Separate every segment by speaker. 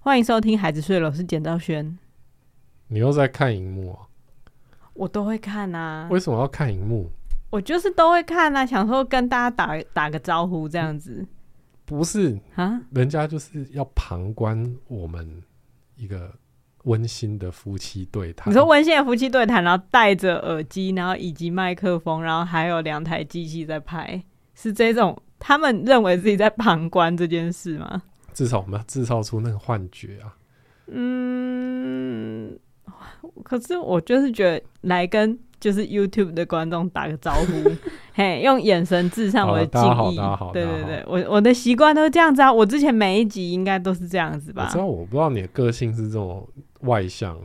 Speaker 1: 欢迎收听《孩子睡了》，我是简兆轩，
Speaker 2: 你又在看荧幕、啊？
Speaker 1: 我都会看啊，
Speaker 2: 为什么要看荧幕？
Speaker 1: 我就是都会看啊，想说跟大家打打个招呼这样子
Speaker 2: 不是，
Speaker 1: 啊。
Speaker 2: 人家就是要旁观我们一个温馨的夫妻对谈。
Speaker 1: 你说温馨的夫妻对谈，然后戴着耳机，然后以及麦克风，然后还有两台机器在拍，是这种他们认为自己在旁观这件事吗？
Speaker 2: 至少我们要制造出那个幻觉啊！
Speaker 1: 嗯，可是我就是觉得来跟就是 YouTube 的观众打个招 呼，嘿，用眼神致上我的敬
Speaker 2: 好了
Speaker 1: 意
Speaker 2: 大家好。
Speaker 1: 对
Speaker 2: 大家
Speaker 1: 对
Speaker 2: 好
Speaker 1: 对，我我的习惯都是这样子啊，我之前每一集应该都是这样子
Speaker 2: 我
Speaker 1: 吧
Speaker 2: 知？道，我不知道你的个性是这种外向，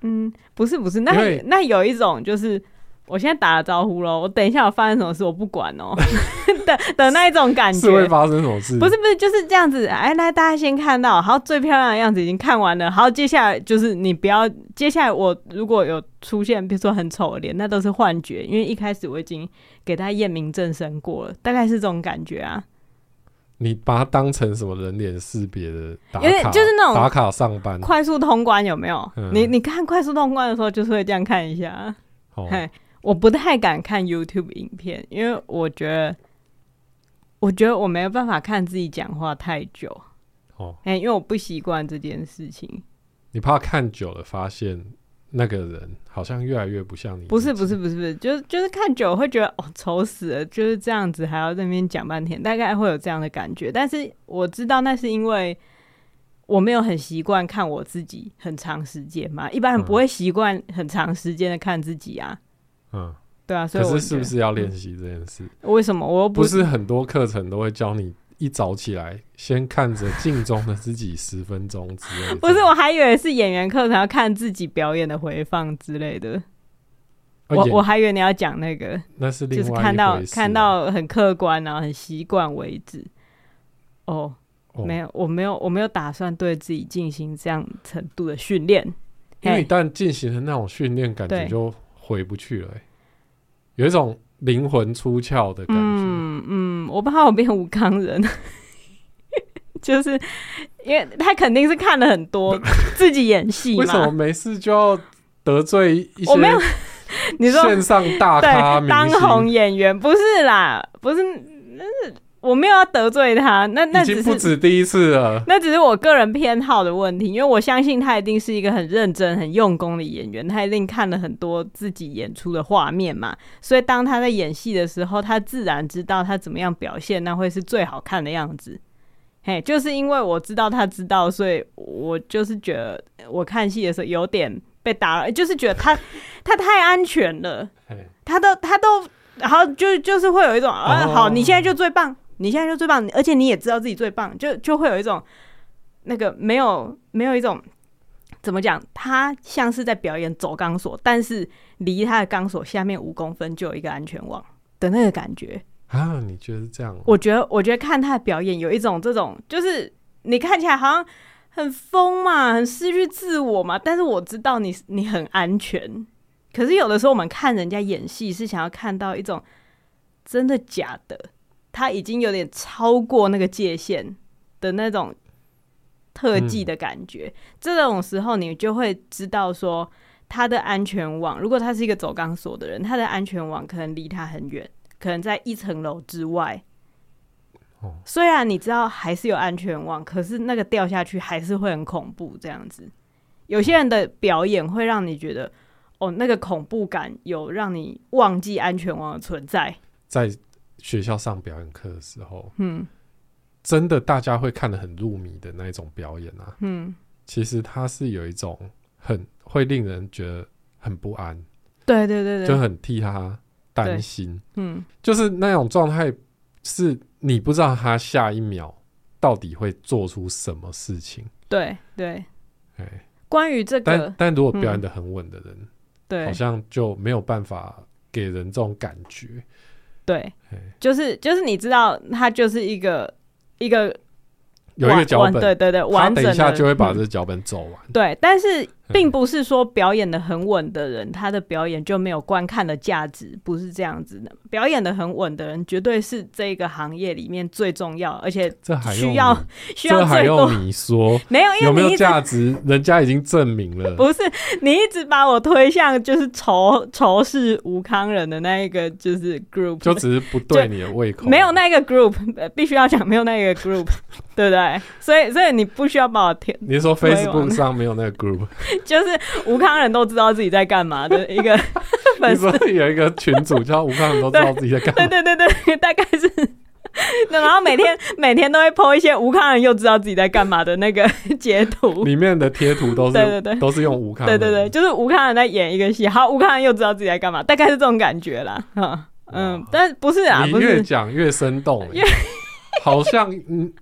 Speaker 1: 嗯，不是不是，那
Speaker 2: 因为
Speaker 1: 那有一种就是。我现在打了招呼喽，我等一下我发生什么事我不管哦、 的的那一种感觉，
Speaker 2: 是会发生什么事？
Speaker 1: 不是，不是，就是这样子。哎，那大家先看到，好，最漂亮的样子已经看完了。好，接下来就是你不要，接下来我如果有出现，比如说很丑的脸，那都是幻觉，因为一开始我已经给大家验明正身过了，大概是这种感觉啊。
Speaker 2: 你把它当成什么人脸识别的打
Speaker 1: 有点
Speaker 2: 卡，
Speaker 1: 就是那种
Speaker 2: 打卡上班。
Speaker 1: 快速通关有没有？
Speaker 2: 嗯
Speaker 1: 你你看快速通关的时候，就是会这样看一下。
Speaker 2: 哦，
Speaker 1: 嘿我不太敢看 YouTube 影片，因为我觉得，我觉得我没有办法看自己讲话太久。
Speaker 2: 哦，
Speaker 1: 哎、因为我不习惯这件事情。
Speaker 2: 你怕看久了发现那个人好像越来越不像你。
Speaker 1: 不是不是，不是不是，就是就是看久了会觉得哦，丑死了，就是这样子还要在那边讲半天，大概会有这样的感觉。但是我知道那是因为我没有很习惯看我自己很长时间嘛，一般人
Speaker 2: 嗯
Speaker 1: 不会习惯很长时间的看自己啊，
Speaker 2: 嗯，
Speaker 1: 对啊，所以
Speaker 2: 可
Speaker 1: 我
Speaker 2: 是
Speaker 1: 觉
Speaker 2: 是不
Speaker 1: 得
Speaker 2: 是要练习这件事？
Speaker 1: 为什么我又
Speaker 2: 不
Speaker 1: 不
Speaker 2: 是很多课程都会教你一早起来先看着镜中的自己十分钟之类的。哦
Speaker 1: 不是，我还以为是演员课程要看自己表演的回放之类的，
Speaker 2: 啊
Speaker 1: 我
Speaker 2: 演
Speaker 1: 我还以为你要讲那个，
Speaker 2: 那是
Speaker 1: 就
Speaker 2: 另
Speaker 1: 是
Speaker 2: 外
Speaker 1: 看
Speaker 2: 一
Speaker 1: 到
Speaker 2: 回事
Speaker 1: 看
Speaker 2: 啊
Speaker 1: 到很客观，然后很习惯为止。哦、
Speaker 2: 哦
Speaker 1: 没有，我没有，我没有打算对自己进行这样程度的训练。
Speaker 2: 因为
Speaker 1: 嘿
Speaker 2: 一旦进行了那种训练，感觉
Speaker 1: 对
Speaker 2: 就回不去了欸、有一种灵魂出窍的感觉。
Speaker 1: 嗯嗯，我怕我变吴康人， 就是因为他肯定是看了很多 自己演戏
Speaker 2: 为什么
Speaker 1: 嘛。
Speaker 2: 没事就要得罪一些
Speaker 1: 我没有，你说
Speaker 2: 线上大咖
Speaker 1: 对
Speaker 2: 明
Speaker 1: 当红
Speaker 2: 星？
Speaker 1: 演员不是啦，不是，那是我没有要得罪他，那那
Speaker 2: 已经
Speaker 1: 只
Speaker 2: 不
Speaker 1: 是
Speaker 2: 止第一次了。
Speaker 1: 那只是我个人偏好的问题，因为我相信他一定是一个很认真、很用功的演员，他一定看了很多自己演出的画面嘛，所以当他在演戏的时候，他自然知道他怎么样表现，那会是最好看的样子。嘿，就是因为我知道他知道，所以我就是觉得我看戏的时候有点被打扰，就是觉得他他太安全了。
Speaker 2: 嘿
Speaker 1: 他都他都，然后就就是会有一种，啊，
Speaker 2: 哦
Speaker 1: 好，你现在就最棒，你现在就最棒，而且你也知道自己最棒，就就会有一种那个没有没有一种怎么讲，他像是在表演走钢索，但是离他的钢索下面五公分就有一个安全网的那个感觉。
Speaker 2: 啊，你觉得是这样哦？
Speaker 1: 我觉得我觉得看他的表演有一种这种，就是你看起来好像。很疯嘛，很失去自我嘛，但是我知道你你很安全，可是有的时候我们看人家演戏是想要看到一种真的假的，他已经有点超过那个界限的那种特技的感觉。这种时候你就会知道说他的安全网，如果他是一个走钢索的人，他的安全网可能离他很远，可能在一层楼之外。
Speaker 2: 哦
Speaker 1: 虽然你知道还是有安全网，可是那个掉下去还是会很恐怖。这样子，有些人的表演会让你觉得，哦，那个恐怖感有让你忘记安全网的存在。
Speaker 2: 在学校上表演课的时候，
Speaker 1: 嗯
Speaker 2: 真的大家会看得很入迷的那一种表演啊，
Speaker 1: 嗯，
Speaker 2: 其实它是有一种很会令人觉得很不安，
Speaker 1: 对对对
Speaker 2: 就
Speaker 1: 对，
Speaker 2: 很替他担心，
Speaker 1: 嗯
Speaker 2: 就是那种状态是你不知道他下一秒到底会做出什么事情。
Speaker 1: 对对。
Speaker 2: 哎，
Speaker 1: 关于这
Speaker 2: 但
Speaker 1: 个，
Speaker 2: 但如果表演的很稳的人，好
Speaker 1: 嗯对
Speaker 2: 像就没有办法给人这种感觉。
Speaker 1: 对
Speaker 2: 嘿，
Speaker 1: 就是就是你知道，他就是一个一个
Speaker 2: 有一个脚
Speaker 1: 完
Speaker 2: 本，
Speaker 1: 对对对，
Speaker 2: 他
Speaker 1: 完整
Speaker 2: 等
Speaker 1: 的
Speaker 2: 一下就会把
Speaker 1: 嗯
Speaker 2: 这嗯脚本走完。
Speaker 1: 对，但是并不是说表演的很稳的人，他的表演就没有观看的价值，不是这样子的。表演的很稳的人，绝对是这个行业里面最重要，而且
Speaker 2: 这还用
Speaker 1: 需要
Speaker 2: 你
Speaker 1: 需要
Speaker 2: 这还
Speaker 1: 最多。
Speaker 2: 用你说
Speaker 1: 没有，因为
Speaker 2: 有没
Speaker 1: 你
Speaker 2: 有
Speaker 1: 一直
Speaker 2: 价值？人家已经证明 了。
Speaker 1: 不是你一直把我推向就是仇仇视吴康人的那一个就是 group，
Speaker 2: 就只是不对你的胃口，
Speaker 1: 没有那个 group，呃必须要讲没有那个 group，对不对？所以所以你不需要把我贴，
Speaker 2: 你是说
Speaker 1: 推往
Speaker 2: Facebook 上没有那个 group，
Speaker 1: 就是吴康人都知道自己在干嘛的一 个
Speaker 2: 你
Speaker 1: 粉丝
Speaker 2: 说有一个群主叫吴康，都知道自己在干
Speaker 1: 对对
Speaker 2: 嘛，
Speaker 1: 对对，大概是。那然后每天每天都会 po 一些吴康人又知道自己在干嘛的那个截图，
Speaker 2: 里面的贴图都
Speaker 1: 对对
Speaker 2: 是
Speaker 1: 对
Speaker 2: 都是用吴康，
Speaker 1: 对对对，，就是吴康人在演一个戏，好，吴康人又知道自己在干嘛，大概是这种感觉啦。嗯嗯
Speaker 2: 哇，
Speaker 1: 但不是啊，
Speaker 2: 你
Speaker 1: 不
Speaker 2: 越
Speaker 1: 是，
Speaker 2: 讲越生动欸， 好像嗯，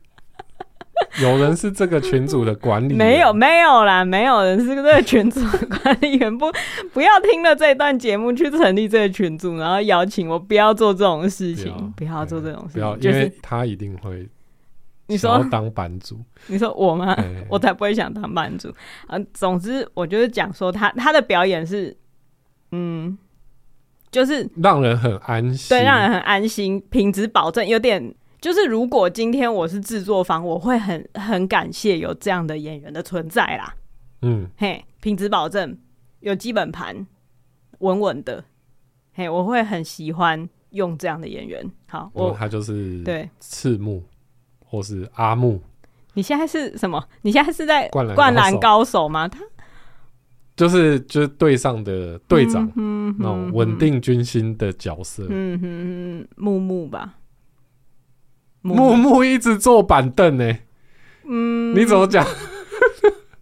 Speaker 2: 有人是这个群组的管理员，
Speaker 1: 没有没有啦，没有人是这个群组的管理员，不 不要听了这一段节目去成立这个群组，然后邀请我不要做这种事
Speaker 2: 不要
Speaker 1: 情，不要做这种
Speaker 2: 不
Speaker 1: 事
Speaker 2: 要，
Speaker 1: 情，
Speaker 2: 因
Speaker 1: 就
Speaker 2: 为
Speaker 1: 是
Speaker 2: 他一定会
Speaker 1: 你
Speaker 2: 想要
Speaker 1: 说
Speaker 2: 当版 主，
Speaker 1: 你说我吗？
Speaker 2: 哎
Speaker 1: 我才不会想当版主。嗯、总之我就是讲说他他的表演是，嗯，就是
Speaker 2: 让人很安心，
Speaker 1: 对让人很安心，品质保证，有点就是如果今天我是制作方，我会很很感谢有这样的演员的存在啦。
Speaker 2: 嗯，
Speaker 1: 嘿，品质保证，有基本盘，稳稳的。嘿，我会很喜欢用这样的演员。好，
Speaker 2: 我
Speaker 1: 我
Speaker 2: 他就是
Speaker 1: 对
Speaker 2: 赤木或是阿木，
Speaker 1: 你现在是什么？你现在是在
Speaker 2: 灌篮
Speaker 1: 灌
Speaker 2: 高
Speaker 1: 篮
Speaker 2: 手
Speaker 1: 高手吗？他
Speaker 2: 就是就是队上的队长，
Speaker 1: 嗯
Speaker 2: 那种稳定军心的角色。
Speaker 1: 嗯哼，木木吧，
Speaker 2: 木木一直坐板凳呢、
Speaker 1: 嗯，
Speaker 2: 你怎么讲？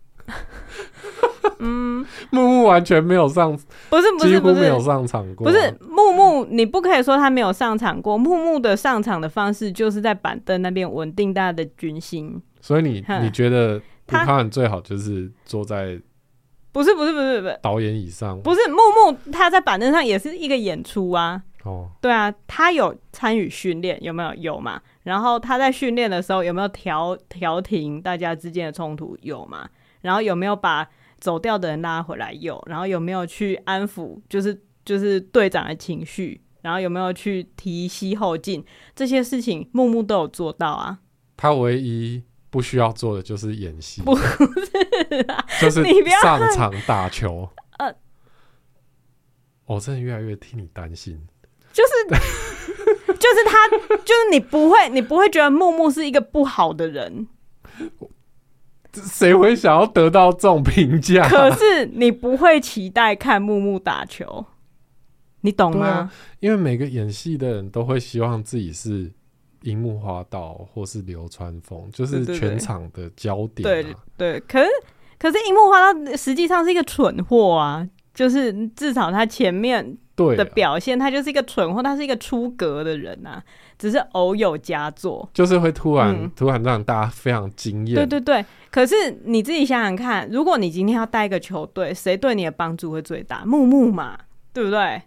Speaker 1: 嗯，
Speaker 2: 木木完全没有上，
Speaker 1: 不是不
Speaker 2: 几
Speaker 1: 是
Speaker 2: 乎
Speaker 1: 不
Speaker 2: 没
Speaker 1: 是
Speaker 2: 有上场过。啊
Speaker 1: 不是木木，你不可以说他没有上场过。木木的上场的方式就是在板凳那边稳定大家的军心。
Speaker 2: 所以你
Speaker 1: 哼
Speaker 2: 你觉得吴
Speaker 1: 他
Speaker 2: 康仁最好就是坐在
Speaker 1: 不是不是不是不是
Speaker 2: 导演椅上，
Speaker 1: 不是木木，他在板凳上也是一个演出啊。
Speaker 2: 哦，
Speaker 1: 对啊，他有参与训练，有没有？有嘛？然后他在训练的时候有没有调调停大家之间的冲突？有嘛？然后有没有把走掉的人拉回来？有。然后有没有去安抚，就是就是队长的情绪？然后有没有去提膝后进？这些事情木木都有做到啊。
Speaker 2: 他唯一不需要做的就是演戏，
Speaker 1: 不啊
Speaker 2: 是， 就是
Speaker 1: 你不要
Speaker 2: 上场打球。
Speaker 1: 呃
Speaker 2: 我真的越来越替你担心。
Speaker 1: 就是他， 就是你不会，你不会觉得木木是一个不好的人，
Speaker 2: 这谁会想要得到这种评 价？
Speaker 1: 可是你不会期待看木木打球，你懂
Speaker 2: 对
Speaker 1: 吗？
Speaker 2: 啊因为每个演戏的人都会希望自己是樱木花道或是流川枫，就是
Speaker 1: 对对对
Speaker 2: 全场的焦点、啊。
Speaker 1: 对对，可是可是樱木花道实际上是一个蠢货啊，就是至少他前面
Speaker 2: 对
Speaker 1: 的
Speaker 2: 啊
Speaker 1: 表现，他就是一个蠢货，他是一个出格的人啊，只是偶有佳作。
Speaker 2: 就是会突然、
Speaker 1: 嗯
Speaker 2: 突然让大家非常惊艳。
Speaker 1: 对对对，可是你自己想想看，如果你今天要带一个球队，谁对你的帮助会最大？木木嘛，对不对？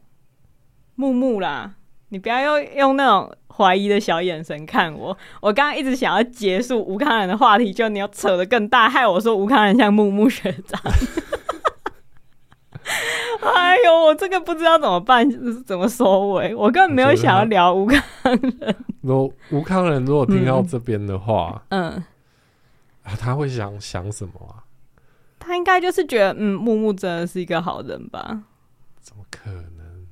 Speaker 1: 木木啦，你不要用用那种怀疑的小眼神看我。我刚刚一直想要结束吴康仁的话题，就你要扯得更大，害我说吴康仁像木木学长。 哎呦，我这个不知道怎么办，怎么收尾？我根本没有想要聊吴康。
Speaker 2: 如果吴康仁如果听到这边的话、
Speaker 1: 嗯，
Speaker 2: 啊他会想想什么啊？
Speaker 1: 他应该就是觉得，嗯，木木真的是一个好人吧。
Speaker 2: 怎么可能？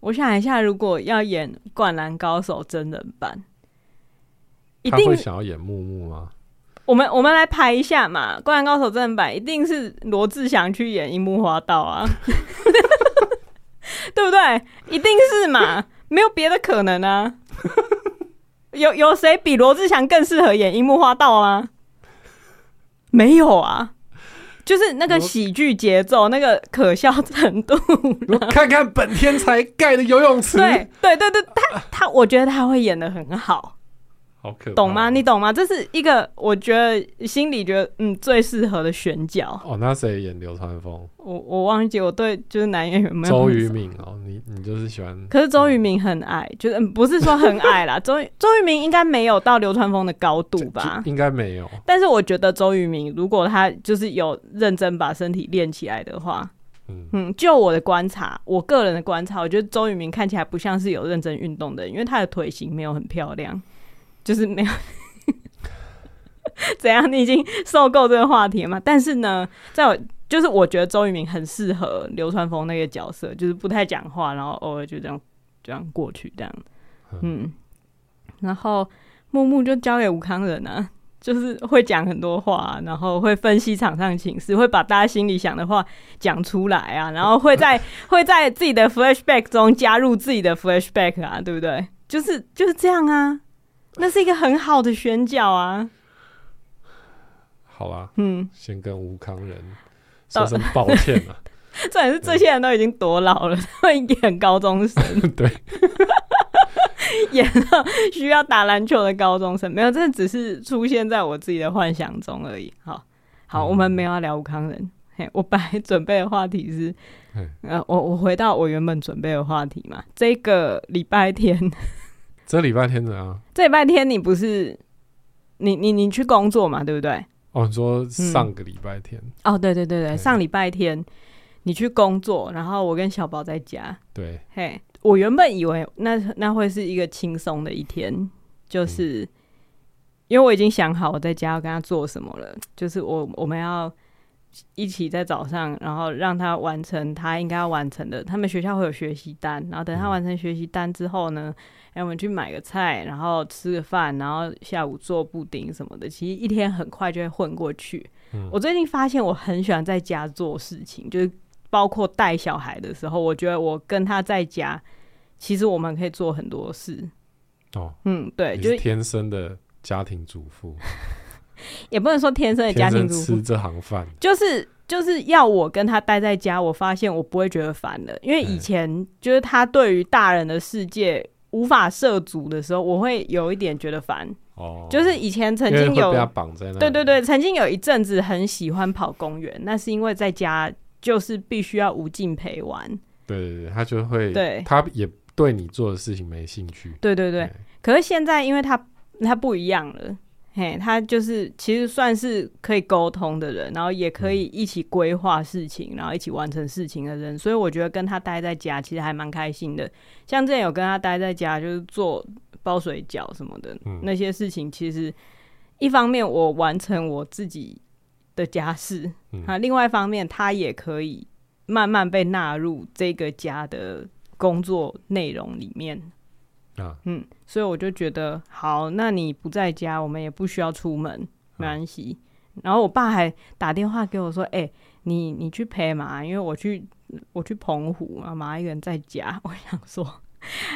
Speaker 1: 我想一下，如果要演《灌篮高手》真人版，一
Speaker 2: 他
Speaker 1: 定
Speaker 2: 会想要演木木吗？
Speaker 1: 我们我们来排一下嘛，《灌篮高手》真人版一定是罗志祥去演樱木花道啊， 对不对？一定是嘛，没有别的可能啊。有有谁比罗志祥更适合演樱木花道吗？没有啊，就是那个
Speaker 2: 罗
Speaker 1: 喜剧节奏，那个可笑程度，
Speaker 2: 我看看本天才盖的游泳池。
Speaker 1: 对对对对，他他，我觉得他会演的很好。
Speaker 2: 好可怕哦
Speaker 1: 懂吗？你懂吗？这是一个我觉得心里觉得嗯最适合的选角。
Speaker 2: 哦，那谁演流川枫？
Speaker 1: 我我忘记我对就是男演员没有
Speaker 2: 周
Speaker 1: 很
Speaker 2: 渝
Speaker 1: 熟
Speaker 2: 民哦，你你就是喜欢
Speaker 1: 可是周渝民很矮，就是嗯不是说很矮啦，周渝周渝民应该没有到流川枫的高度吧
Speaker 2: 就？应该没有，
Speaker 1: 但是我觉得周渝民如果他就是有认真把身体练起来的话，
Speaker 2: 嗯，
Speaker 1: 嗯，就我的观察，我个人的观察，我觉得周渝民看起来不像是有认真运动的人，因为他的腿型没有很漂亮，就是没有 怎样，你已经受够这个话题了嘛？但是呢，在我就是我觉得周渝民很适合流川枫那个角色，就是不太讲话，然后偶尔就这样这样过去这样，嗯，然后木木就交给吴康仁啊。就是会讲很多话啊、然后会分析场上情势，会把大家心里想的话讲出来啊，然后会在 会在自己的 flashback 中加入自己的 flashback 啊，对不对？就是就是这样啊，那是一个很好的选角啊，
Speaker 2: 好啦，
Speaker 1: 嗯，
Speaker 2: 先跟吴康仁
Speaker 1: 到
Speaker 2: 说声抱歉 啊，
Speaker 1: 重点是这些人都已经多老了，他们演高中生，
Speaker 2: 对，
Speaker 1: 演到需要打篮球的高中生，没有，这只是出现在我自己的幻想中而已。好，好，
Speaker 2: 嗯
Speaker 1: 我们没有要聊吴康人。嘿，我本来准备的话题是
Speaker 2: 嘿，
Speaker 1: 呃，我我回到我原本准备的话题嘛，这个礼拜天
Speaker 2: 这礼拜天怎样？
Speaker 1: 这礼拜天你不是你你你去工作嘛，对不对？
Speaker 2: 哦，你说上个礼拜天，
Speaker 1: 哦，对对对对，
Speaker 2: 对
Speaker 1: 上礼拜天你去工作，然后我跟小宝在家。
Speaker 2: 对，
Speaker 1: 嘿，我原本以为那那会是一个轻松的一天，就是、因为我已经想好我在家要跟他做什么了，就是我我们要。一起在早上，然后让他完成他应该要完成的。他们学校会有学习单，然后等他
Speaker 2: 嗯
Speaker 1: 完成学习单之后呢，哎、我们去买个菜，然后吃个饭，然后下午做布丁什么的。其实一天很快就会混过去。
Speaker 2: 嗯
Speaker 1: 我最近发现我很喜欢在家做事情，就是包括带小孩的时候，我觉得我跟他在家，其实我们可以做很多事。
Speaker 2: 哦，
Speaker 1: 嗯，对，
Speaker 2: 你
Speaker 1: 就是
Speaker 2: 是天生的家庭主妇，
Speaker 1: 也不能说天生的家
Speaker 2: 天
Speaker 1: 庭
Speaker 2: 生
Speaker 1: 主妇
Speaker 2: 吃，这行饭，
Speaker 1: 就是就是要我跟他待在家，我发现我不会觉得烦的，因为
Speaker 2: 哎
Speaker 1: 以前就是他对于大人的世界无法涉足的时候，我会有一点觉得烦。
Speaker 2: 哦，
Speaker 1: 就是以前曾
Speaker 2: 因为
Speaker 1: 经
Speaker 2: 会嗯
Speaker 1: 有
Speaker 2: 被他绑在那，
Speaker 1: 对对，对，曾经有一阵子很喜欢跑公园，那是因为在家就是必须要无尽陪玩。
Speaker 2: 对对对，他就会，
Speaker 1: 对
Speaker 2: 他也对你做的事情没兴趣，
Speaker 1: 对对对，可是现在因为他他不一样了。嘿，他就是其实算是可以沟通的人，然后也可以
Speaker 2: 嗯
Speaker 1: 一起规划事情，然后一起完成事情的人，所以我觉得跟他待在家其实还蛮开心的。像之前有跟他待在家，就是做包水饺什么的、
Speaker 2: 嗯
Speaker 1: 那些事情，其实一方面我完成我自己的家事，
Speaker 2: 嗯
Speaker 1: 啊，另外一方面他也可以慢慢被纳入这个家的工作内容里面。
Speaker 2: 啊，
Speaker 1: 嗯，所以我就觉得好，那你不在家，我们也不需要出门，没关系。然后我爸还打电话给我说：“哎、你你去陪妈，因为我去我去澎湖嘛，妈一个人在家。” 我想说，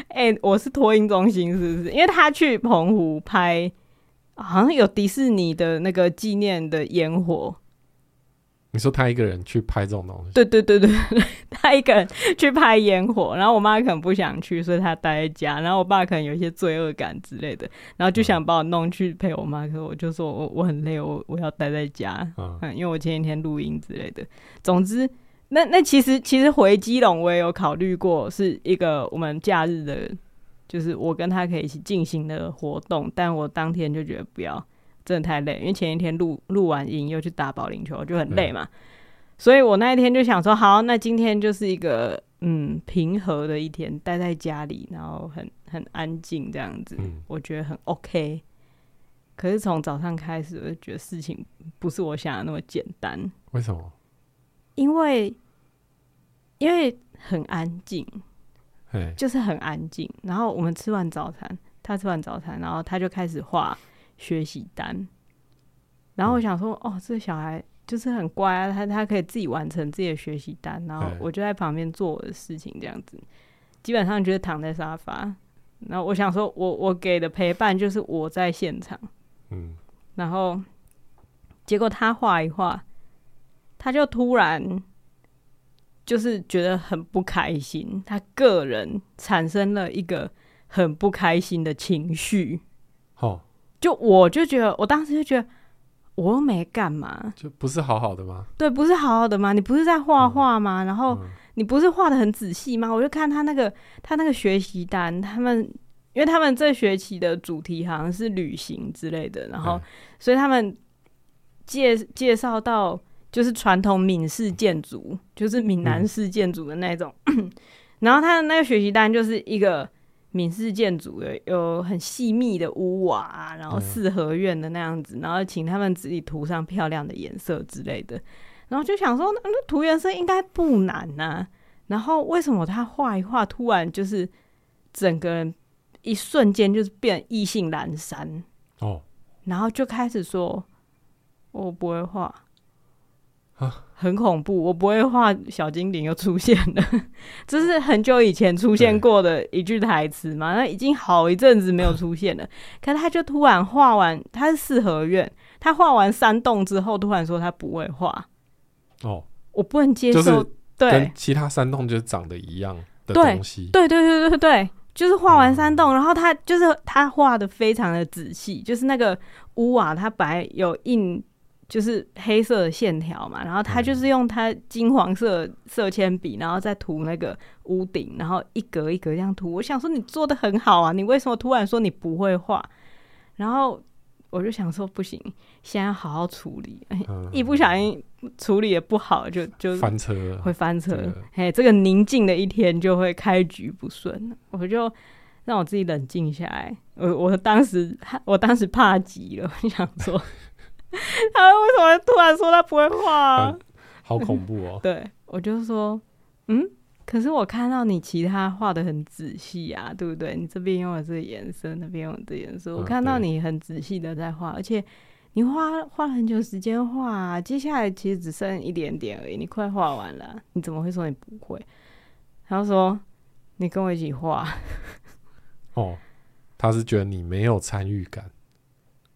Speaker 1: 哎、我是托婴中心是不是？因为他去澎湖拍，好像有迪士尼的那个纪念的烟火。
Speaker 2: 你说他一个人去拍这种东西，
Speaker 1: 对对对对，对 他一个人去拍烟火，然后我妈可能不想去，所以她待在家，然后我爸可能有一些罪恶感之类的，然后就想把我弄去陪我妈，可是我就说我我很累，我我要待在家，
Speaker 2: 嗯，
Speaker 1: 嗯，因为我前几天录音之类的。总之，那那其实其实回基隆我也有考虑过，是一个我们假日的，就是我跟他可以一起进行的活动，但我当天就觉得不要，真的太累，因为前一天录录完音又去打保龄球，就很累嘛。所以我那一天就想说，好，那今天就是一个嗯平和的一天，待在家里，然后很很安静这样子，
Speaker 2: 嗯
Speaker 1: 我觉得很 OK。可是从早上开始，我就觉得事情不是我想的那么简单，
Speaker 2: 为什么？
Speaker 1: 因为因为很安静，
Speaker 2: 嘿，
Speaker 1: 就是很安静。然后我们吃完早餐，他吃完早餐，然后他就开始画学习单。然后我想说，哦，这个小孩就是很乖啊，他他可以自己完成自己的学习单。然后
Speaker 2: 对
Speaker 1: 我就在旁边做我的事情，这样子，基本上就是躺在沙发。然后我想说我我给的陪伴就是我在现场。
Speaker 2: 嗯，
Speaker 1: 然后结果他画一画，他就突然就是觉得很不开心，他个人产生了一个很不开心的情绪。
Speaker 2: 好，
Speaker 1: 就我就觉得，我当时就觉得，我又没干嘛，
Speaker 2: 就不是好好的吗？
Speaker 1: 对，不是好好的吗？你不是在画画吗？然后
Speaker 2: 嗯
Speaker 1: 你不是画的很仔细吗？我就看他那个他那个学习单，他们因为他们这学期的主题好像是旅行之类的，然后、
Speaker 2: 嗯
Speaker 1: 所以他们介介绍到就是传统闽式建筑，就是闽南式建筑的那种。 然后他的那个学习单就是一个闽式建筑的，有很细密的屋瓦啊、然后
Speaker 2: 嗯
Speaker 1: 四合院的那样子，然后请他们自己涂上漂亮的颜色之类的。然后就想说，那那涂颜色应该不难呐、然后为什么他画一画，突然就是整个人一瞬间就是变意兴阑珊，
Speaker 2: 哦，
Speaker 1: 然后就开始说：“我不会画
Speaker 2: 啊，
Speaker 1: 很恐怖，我不会画。”小精灵又出现了，这是很久以前出现过的一句台词嘛？那已经好一阵子没有出现了。可是他就突然画完，他是四合院，他画完山洞之后，突然说他不会画，
Speaker 2: 哦，
Speaker 1: 我不能接受。
Speaker 2: 就是
Speaker 1: 对
Speaker 2: 跟其他山洞就是长得一样的
Speaker 1: 对
Speaker 2: 东西，
Speaker 1: 对对对对对，就是画完山洞，然后他就是他画的非常的仔细，就是那个屋瓦它本来有印就是黑色的线条嘛，然后他就是用他金黄色色铅笔，然后再涂那个屋顶，然后一格一格这样涂。我想说你做的很好啊，你为什么突然说你不会画？然后我就想说不行，现在要好好处理，
Speaker 2: 嗯
Speaker 1: 一不小心处理的不好就就
Speaker 2: 翻车了
Speaker 1: 会翻车
Speaker 2: 这个。
Speaker 1: 嘿，这个宁静的一天就会开局不顺，我就让我自己冷静下来。我我当时我当时怕极了，我想说， 他为什么突然说他不会画啊、！
Speaker 2: 嗯好恐怖哦
Speaker 1: 对，我就说，嗯，可是我看到你其他画的很仔细啊，对不对？你这边用了这个颜色，那边用了这个颜色，我
Speaker 2: 嗯
Speaker 1: 看到
Speaker 2: 对
Speaker 1: 你很仔细的在画，而且你花花了很久时间画、啊，接下来其实只剩一点点而已，你快画完了啊，你怎么会说你不会？他就说你跟我一起画，
Speaker 2: 哦，他是觉得你没有参与感，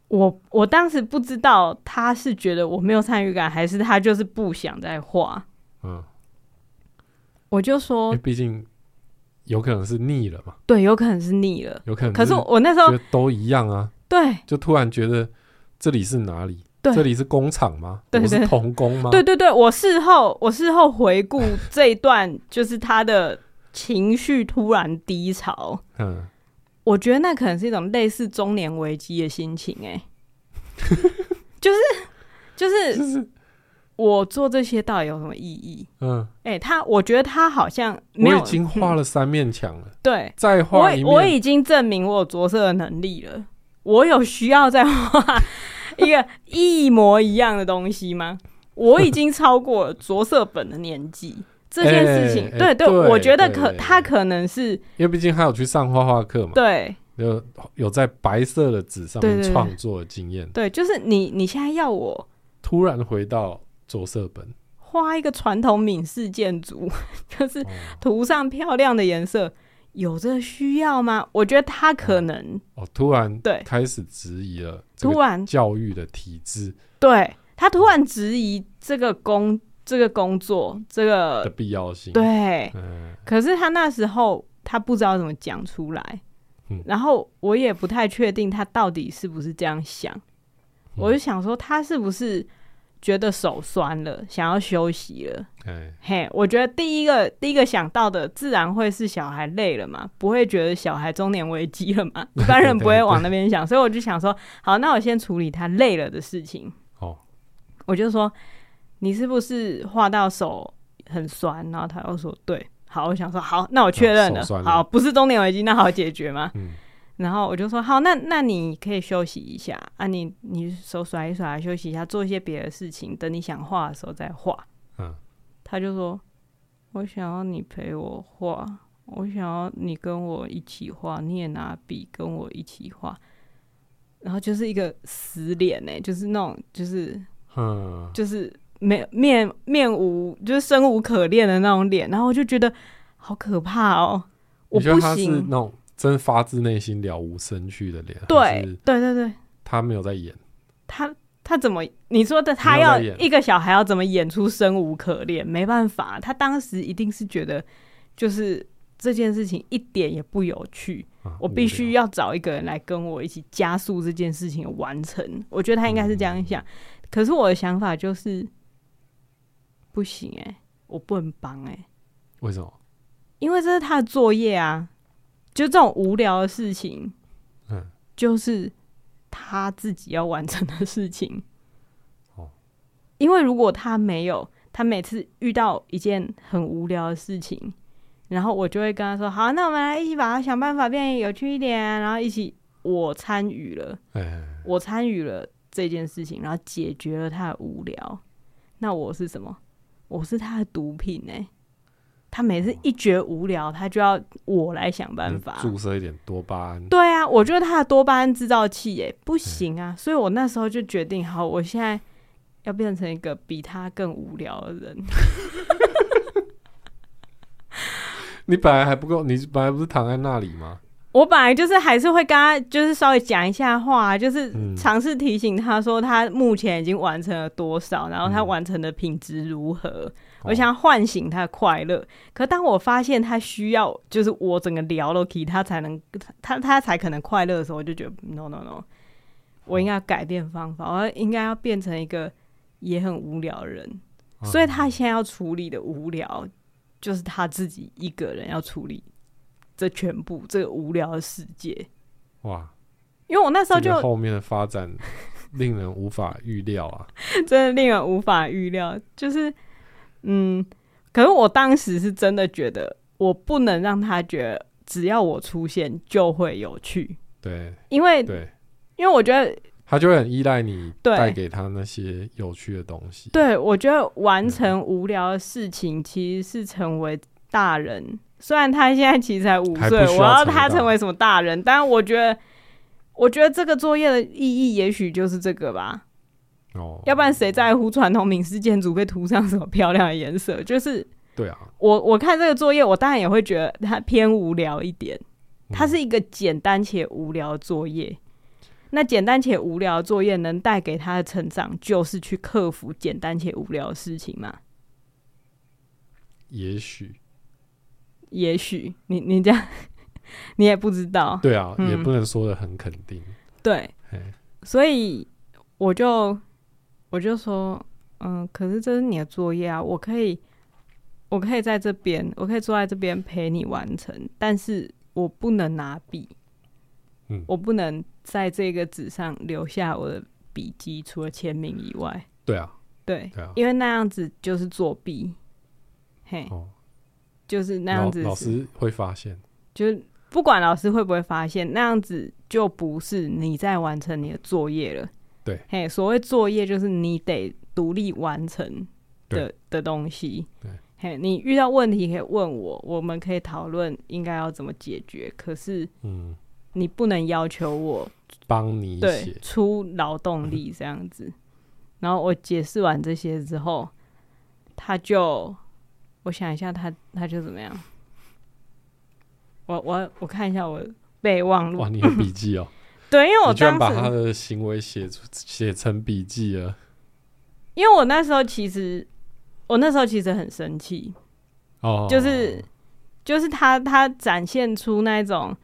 Speaker 1: 我我当时不知道他是觉得我没有参与感，还是他就是不想再画。
Speaker 2: 嗯，
Speaker 1: 哦我就
Speaker 2: 因
Speaker 1: 说
Speaker 2: 为，毕竟有可能是腻了嘛，
Speaker 1: 对，有可能是腻了。
Speaker 2: 有可能
Speaker 1: 可
Speaker 2: 是
Speaker 1: 是我我那时
Speaker 2: 觉
Speaker 1: 候
Speaker 2: 得都一样啊，
Speaker 1: 对
Speaker 2: 就突然觉得这里是哪里？
Speaker 1: 对
Speaker 2: 这里是工厂吗？
Speaker 1: 对
Speaker 2: 我是
Speaker 1: 对
Speaker 2: 童工吗？
Speaker 1: 对对对，我事后我事后回 顾这一段，就是他的情绪突然低潮，
Speaker 2: 嗯，
Speaker 1: 我觉得那可能是一种类似中年危机的心情、 欸，哎，就是就是
Speaker 2: 就是
Speaker 1: 我做这些到底有什么意义？
Speaker 2: 嗯，
Speaker 1: 哎、他我觉得他好像没
Speaker 2: 我
Speaker 1: 有
Speaker 2: 已经画了三面墙了，
Speaker 1: 对，
Speaker 2: 再
Speaker 1: 我
Speaker 2: 画一
Speaker 1: 已我
Speaker 2: 面，
Speaker 1: 已经证明我有着色的能力了，我有需要再画一个一模一样的东西 吗？我已经超过了着色本的年纪，这件事情，
Speaker 2: 哎
Speaker 1: 对
Speaker 2: 哎
Speaker 1: 对，
Speaker 2: 对
Speaker 1: 我觉得可
Speaker 2: 对
Speaker 1: 他可能是
Speaker 2: 因为毕竟他有去上画画课嘛，
Speaker 1: 对
Speaker 2: 有有在白色的纸上
Speaker 1: 对
Speaker 2: 面
Speaker 1: 对对
Speaker 2: 创作的经验，
Speaker 1: 对，就是你你现在要我
Speaker 2: 突然回到着色本，
Speaker 1: 画一个传统闽式建筑， 就是
Speaker 2: 哦
Speaker 1: 涂上漂亮的颜色，有这需要吗？我觉得他可能
Speaker 2: 哦，突然
Speaker 1: 对
Speaker 2: 开始质疑了这
Speaker 1: 突
Speaker 2: 个
Speaker 1: 然
Speaker 2: 教育的体制
Speaker 1: 对他突然质疑这个工这个工作这
Speaker 2: 的
Speaker 1: 个
Speaker 2: 必要性，，
Speaker 1: 对，
Speaker 2: 嗯，
Speaker 1: 可是他那时候他不知道怎么讲出来，
Speaker 2: 嗯
Speaker 1: 然后我也不太确定他到底是不是这样想，我就想说他是不是觉得手酸了，想要休息了。
Speaker 2: 哎，
Speaker 1: 嘿，我觉得第一个第一个想到的自然会是小孩累了嘛，不会觉得小孩中年危机了嘛，一般人不会往那边想，所以我就想说，好，那我先处理他累了的事情。
Speaker 2: 哦，
Speaker 1: 我就说你是不是画到手很酸？然后他又说对，好，我想说好，那我确认
Speaker 2: 哦
Speaker 1: 了，
Speaker 2: 手酸了
Speaker 1: 好，不是中年危机，那好解决吗？
Speaker 2: 嗯
Speaker 1: 然后我就说好，那那你可以休息一下啊，你你手甩一甩，休息一下，做一些别的事情，等你想画的时候再画。
Speaker 2: 嗯，
Speaker 1: 他就说：“我想要你陪我画，我想要你跟我一起画，你也拿笔跟我一起画。”然后就是一个死脸呢、就是那种就是
Speaker 2: 嗯，
Speaker 1: 就是没面面无就是生无可恋的那种脸，然后我就觉得好可怕哦、我
Speaker 2: 你觉
Speaker 1: 不
Speaker 2: 得他是
Speaker 1: 行
Speaker 2: 那，种真发自内心了无生趣的脸，还
Speaker 1: 对
Speaker 2: 是
Speaker 1: 对对对，
Speaker 2: 他没有在演，
Speaker 1: 他他怎么你说的？他
Speaker 2: 没有
Speaker 1: 要
Speaker 2: 在演
Speaker 1: 一个小孩要怎么演出生无可恋？没办法，他当时一定是觉得就是这件事情一点也不有趣，
Speaker 2: 啊
Speaker 1: 我必须要找一个人来跟我一起加速这件事情的完成。我觉得他应该是这样想，
Speaker 2: 嗯
Speaker 1: 可是我的想法就是不行哎、我不能帮哎、
Speaker 2: 为什么？
Speaker 1: 因为这是他的作业啊。就这种无聊的事情，
Speaker 2: 嗯，
Speaker 1: 就是他自己要完成的事情。
Speaker 2: 哦，
Speaker 1: 因为如果他没有，他每次遇到一件很无聊的事情，然后我就会跟他说：“好，那我们来一起把它想办法变得有趣一点啊、然后一起我参与了，
Speaker 2: 哎，
Speaker 1: 我参与了这件事情，然后解决了他的无聊。那我是什么？我是他的毒品哎、他每次一觉无聊，他就要我来想办法。
Speaker 2: 注射一点多巴胺，
Speaker 1: 对啊，我觉得他的多巴胺制造器耶、不行啊，所以我那时候就决定，好，我现在要变成一个比他更无聊的人。
Speaker 2: 你本来还不够，你本来不是躺在那里吗？
Speaker 1: 我本来就是还是会跟他就是稍微讲一下话，啊就是
Speaker 2: 嗯
Speaker 1: 尝试提醒他说他目前已经完成了多少，然后他完成的品质如何。
Speaker 2: 哦
Speaker 1: 我想唤醒他的快乐，可当我发现他需要就是我整个聊了 k 他才能他他才可能快乐的时候，我就觉得 no no no，我应该要改变方法，我应该要变成一个也很无聊的人。
Speaker 2: 啊
Speaker 1: 所以他现在要处理的无聊，就是他自己一个人要处理这全部这个无聊的世界。
Speaker 2: 哦哇，
Speaker 1: 因为我那时候
Speaker 2: 这
Speaker 1: 就
Speaker 2: 个后面的发 展令人无法预料啊！
Speaker 1: 真的令人无法预料，就是嗯，可是我当时是真的觉得，我不能让他觉得只要我出现就会有趣，
Speaker 2: 对
Speaker 1: 因为
Speaker 2: 对，
Speaker 1: 因为我觉得，
Speaker 2: 他就会很依赖你
Speaker 1: 对
Speaker 2: 带给他那些有趣的东西。
Speaker 1: 对我觉得
Speaker 2: 嗯
Speaker 1: 完成无聊的事情其实是成为大人。虽然他现在其实才五
Speaker 2: 还不
Speaker 1: 岁，
Speaker 2: 需要
Speaker 1: 我要
Speaker 2: 成为
Speaker 1: 他
Speaker 2: 大
Speaker 1: 成为什么大人？但我觉得，我觉得这个作业的意义也许就是这个吧。
Speaker 2: 哦，
Speaker 1: 要不然谁在乎传统闽式建筑被涂上什么漂亮的颜色？就是
Speaker 2: 对啊，
Speaker 1: 我我看这个作业，我当然也会觉得它偏无聊一点。
Speaker 2: 嗯
Speaker 1: 它是一个简单且无聊的作业。那简单且无聊的作业能带给他的成长，就是去克服简单且无聊的事情嘛？
Speaker 2: 也许
Speaker 1: 也许你你这样， 你也不知道。
Speaker 2: 对啊，
Speaker 1: 嗯
Speaker 2: 也不能说的很肯定。
Speaker 1: 对
Speaker 2: 嘿，
Speaker 1: 所以我就我就说，嗯，可是这是你的作业啊，我可以，我可以在这边，我可以坐在这边陪你完成，但是我不能拿笔，
Speaker 2: 嗯
Speaker 1: 我不能在这个纸上留下我的笔记，除了签名以外，
Speaker 2: 对啊，
Speaker 1: 对，
Speaker 2: 对啊，
Speaker 1: 因为那样子就是作弊，嘿，
Speaker 2: 哦，
Speaker 1: 就是嗯那
Speaker 2: 老
Speaker 1: 样子
Speaker 2: 老
Speaker 1: 是
Speaker 2: 师会发现，
Speaker 1: 就是不管老师会不会发现，那样子就不是你在完成你的作业了。
Speaker 2: 对，
Speaker 1: 嘿，所谓作业就是你得独立完成的的东西。
Speaker 2: 对，
Speaker 1: 嘿，你遇到问题可以问我，我们可以讨论应该要怎么解决。可是
Speaker 2: 嗯，
Speaker 1: 你不能要求我
Speaker 2: 帮你
Speaker 1: 对
Speaker 2: 写，
Speaker 1: 出劳动力这样子。然后我解释完这些之后，他就我想一下他，他就怎么样？我我我看一下我备忘录
Speaker 2: 哇，，你有笔记 哦，
Speaker 1: 对，因为我
Speaker 2: 你居
Speaker 1: 当
Speaker 2: 然把他
Speaker 1: 时，
Speaker 2: 的行为写出写成笔记了
Speaker 1: 因为我那时候其实，我那时候其实很生气，
Speaker 2: 哦，
Speaker 1: 就是就是他他展现出那种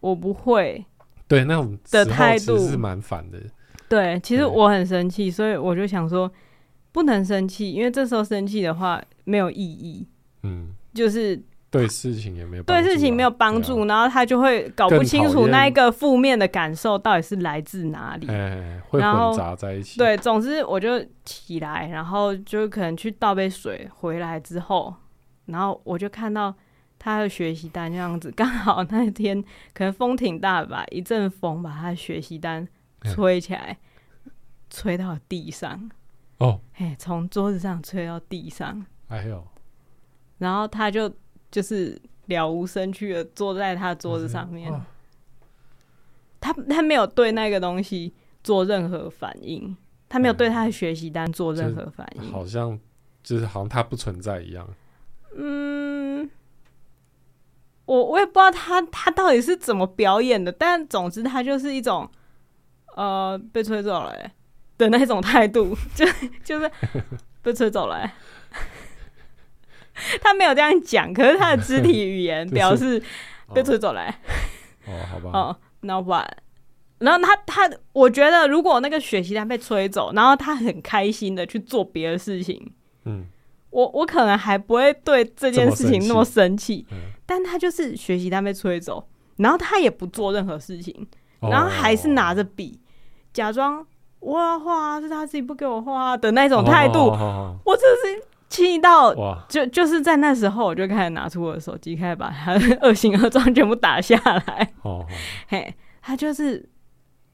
Speaker 1: 我不会，
Speaker 2: 对那种
Speaker 1: 的
Speaker 2: 时候
Speaker 1: 态
Speaker 2: 其实
Speaker 1: 度
Speaker 2: 是蛮烦的，
Speaker 1: 对，其实
Speaker 2: 对
Speaker 1: 我很生气，所以我就想说不能生气，因为这时候生气的话没有意义，
Speaker 2: 嗯，
Speaker 1: 就是
Speaker 2: 对事情也没有帮
Speaker 1: 对
Speaker 2: 助啊
Speaker 1: 事情没有帮
Speaker 2: 对啊
Speaker 1: 助，然后他就会搞不
Speaker 2: 更
Speaker 1: 清
Speaker 2: 讨
Speaker 1: 楚
Speaker 2: 厌
Speaker 1: 那一个负面的感受到底是来自哪里。
Speaker 2: 哎，会
Speaker 1: 然后
Speaker 2: 混杂在一起。，
Speaker 1: 对，总之我就起来，然后就可能去倒杯水，回来之后，然后我就看到他的学习单这样子，刚好那天可能风挺大的吧，一阵风把他的学习单
Speaker 2: 哎
Speaker 1: 吹起来，吹到地上，
Speaker 2: 哦，
Speaker 1: 哎，从桌子上吹到地上，
Speaker 2: 还有
Speaker 1: 然后他就就是了无生趣的坐在他桌子上面，
Speaker 2: 哦
Speaker 1: 他他没有对那个东西做任何反应，他没有对他的学习单做任何反应。
Speaker 2: 嗯好像就是好像它不存在 一样。
Speaker 1: 嗯，我我也不知道他他到底是怎么表演的，但总之他就是一种呃被吹走了、欸的那种态度，就就是被吹走了、欸 他没有这样讲，可是他的肢体语言
Speaker 2: 就是
Speaker 1: 表示
Speaker 2: 哦
Speaker 1: 被推走欸来。
Speaker 2: 哦，好吧，
Speaker 1: 哦，那晚，然后他他，我觉得如果那个雪习单被吹走，然后他很开心的去做别的事情，
Speaker 2: 嗯，
Speaker 1: 我我可能还不会对这件事情那么生气，
Speaker 2: 嗯
Speaker 1: 但他就是学习单被吹走，然后他也不做任何事情，
Speaker 2: 哦
Speaker 1: 然后还是拿
Speaker 2: 着
Speaker 1: 着笔，假装我要画啊，是他自己不给我画啊的那种态度，
Speaker 2: 哦
Speaker 1: 我真的是气到。
Speaker 2: 哇，
Speaker 1: 就就是在那时候，我就开始拿出我的手机，开始把他 的恶行恶状全部打下来。
Speaker 2: 哦，
Speaker 1: 嘿，他就是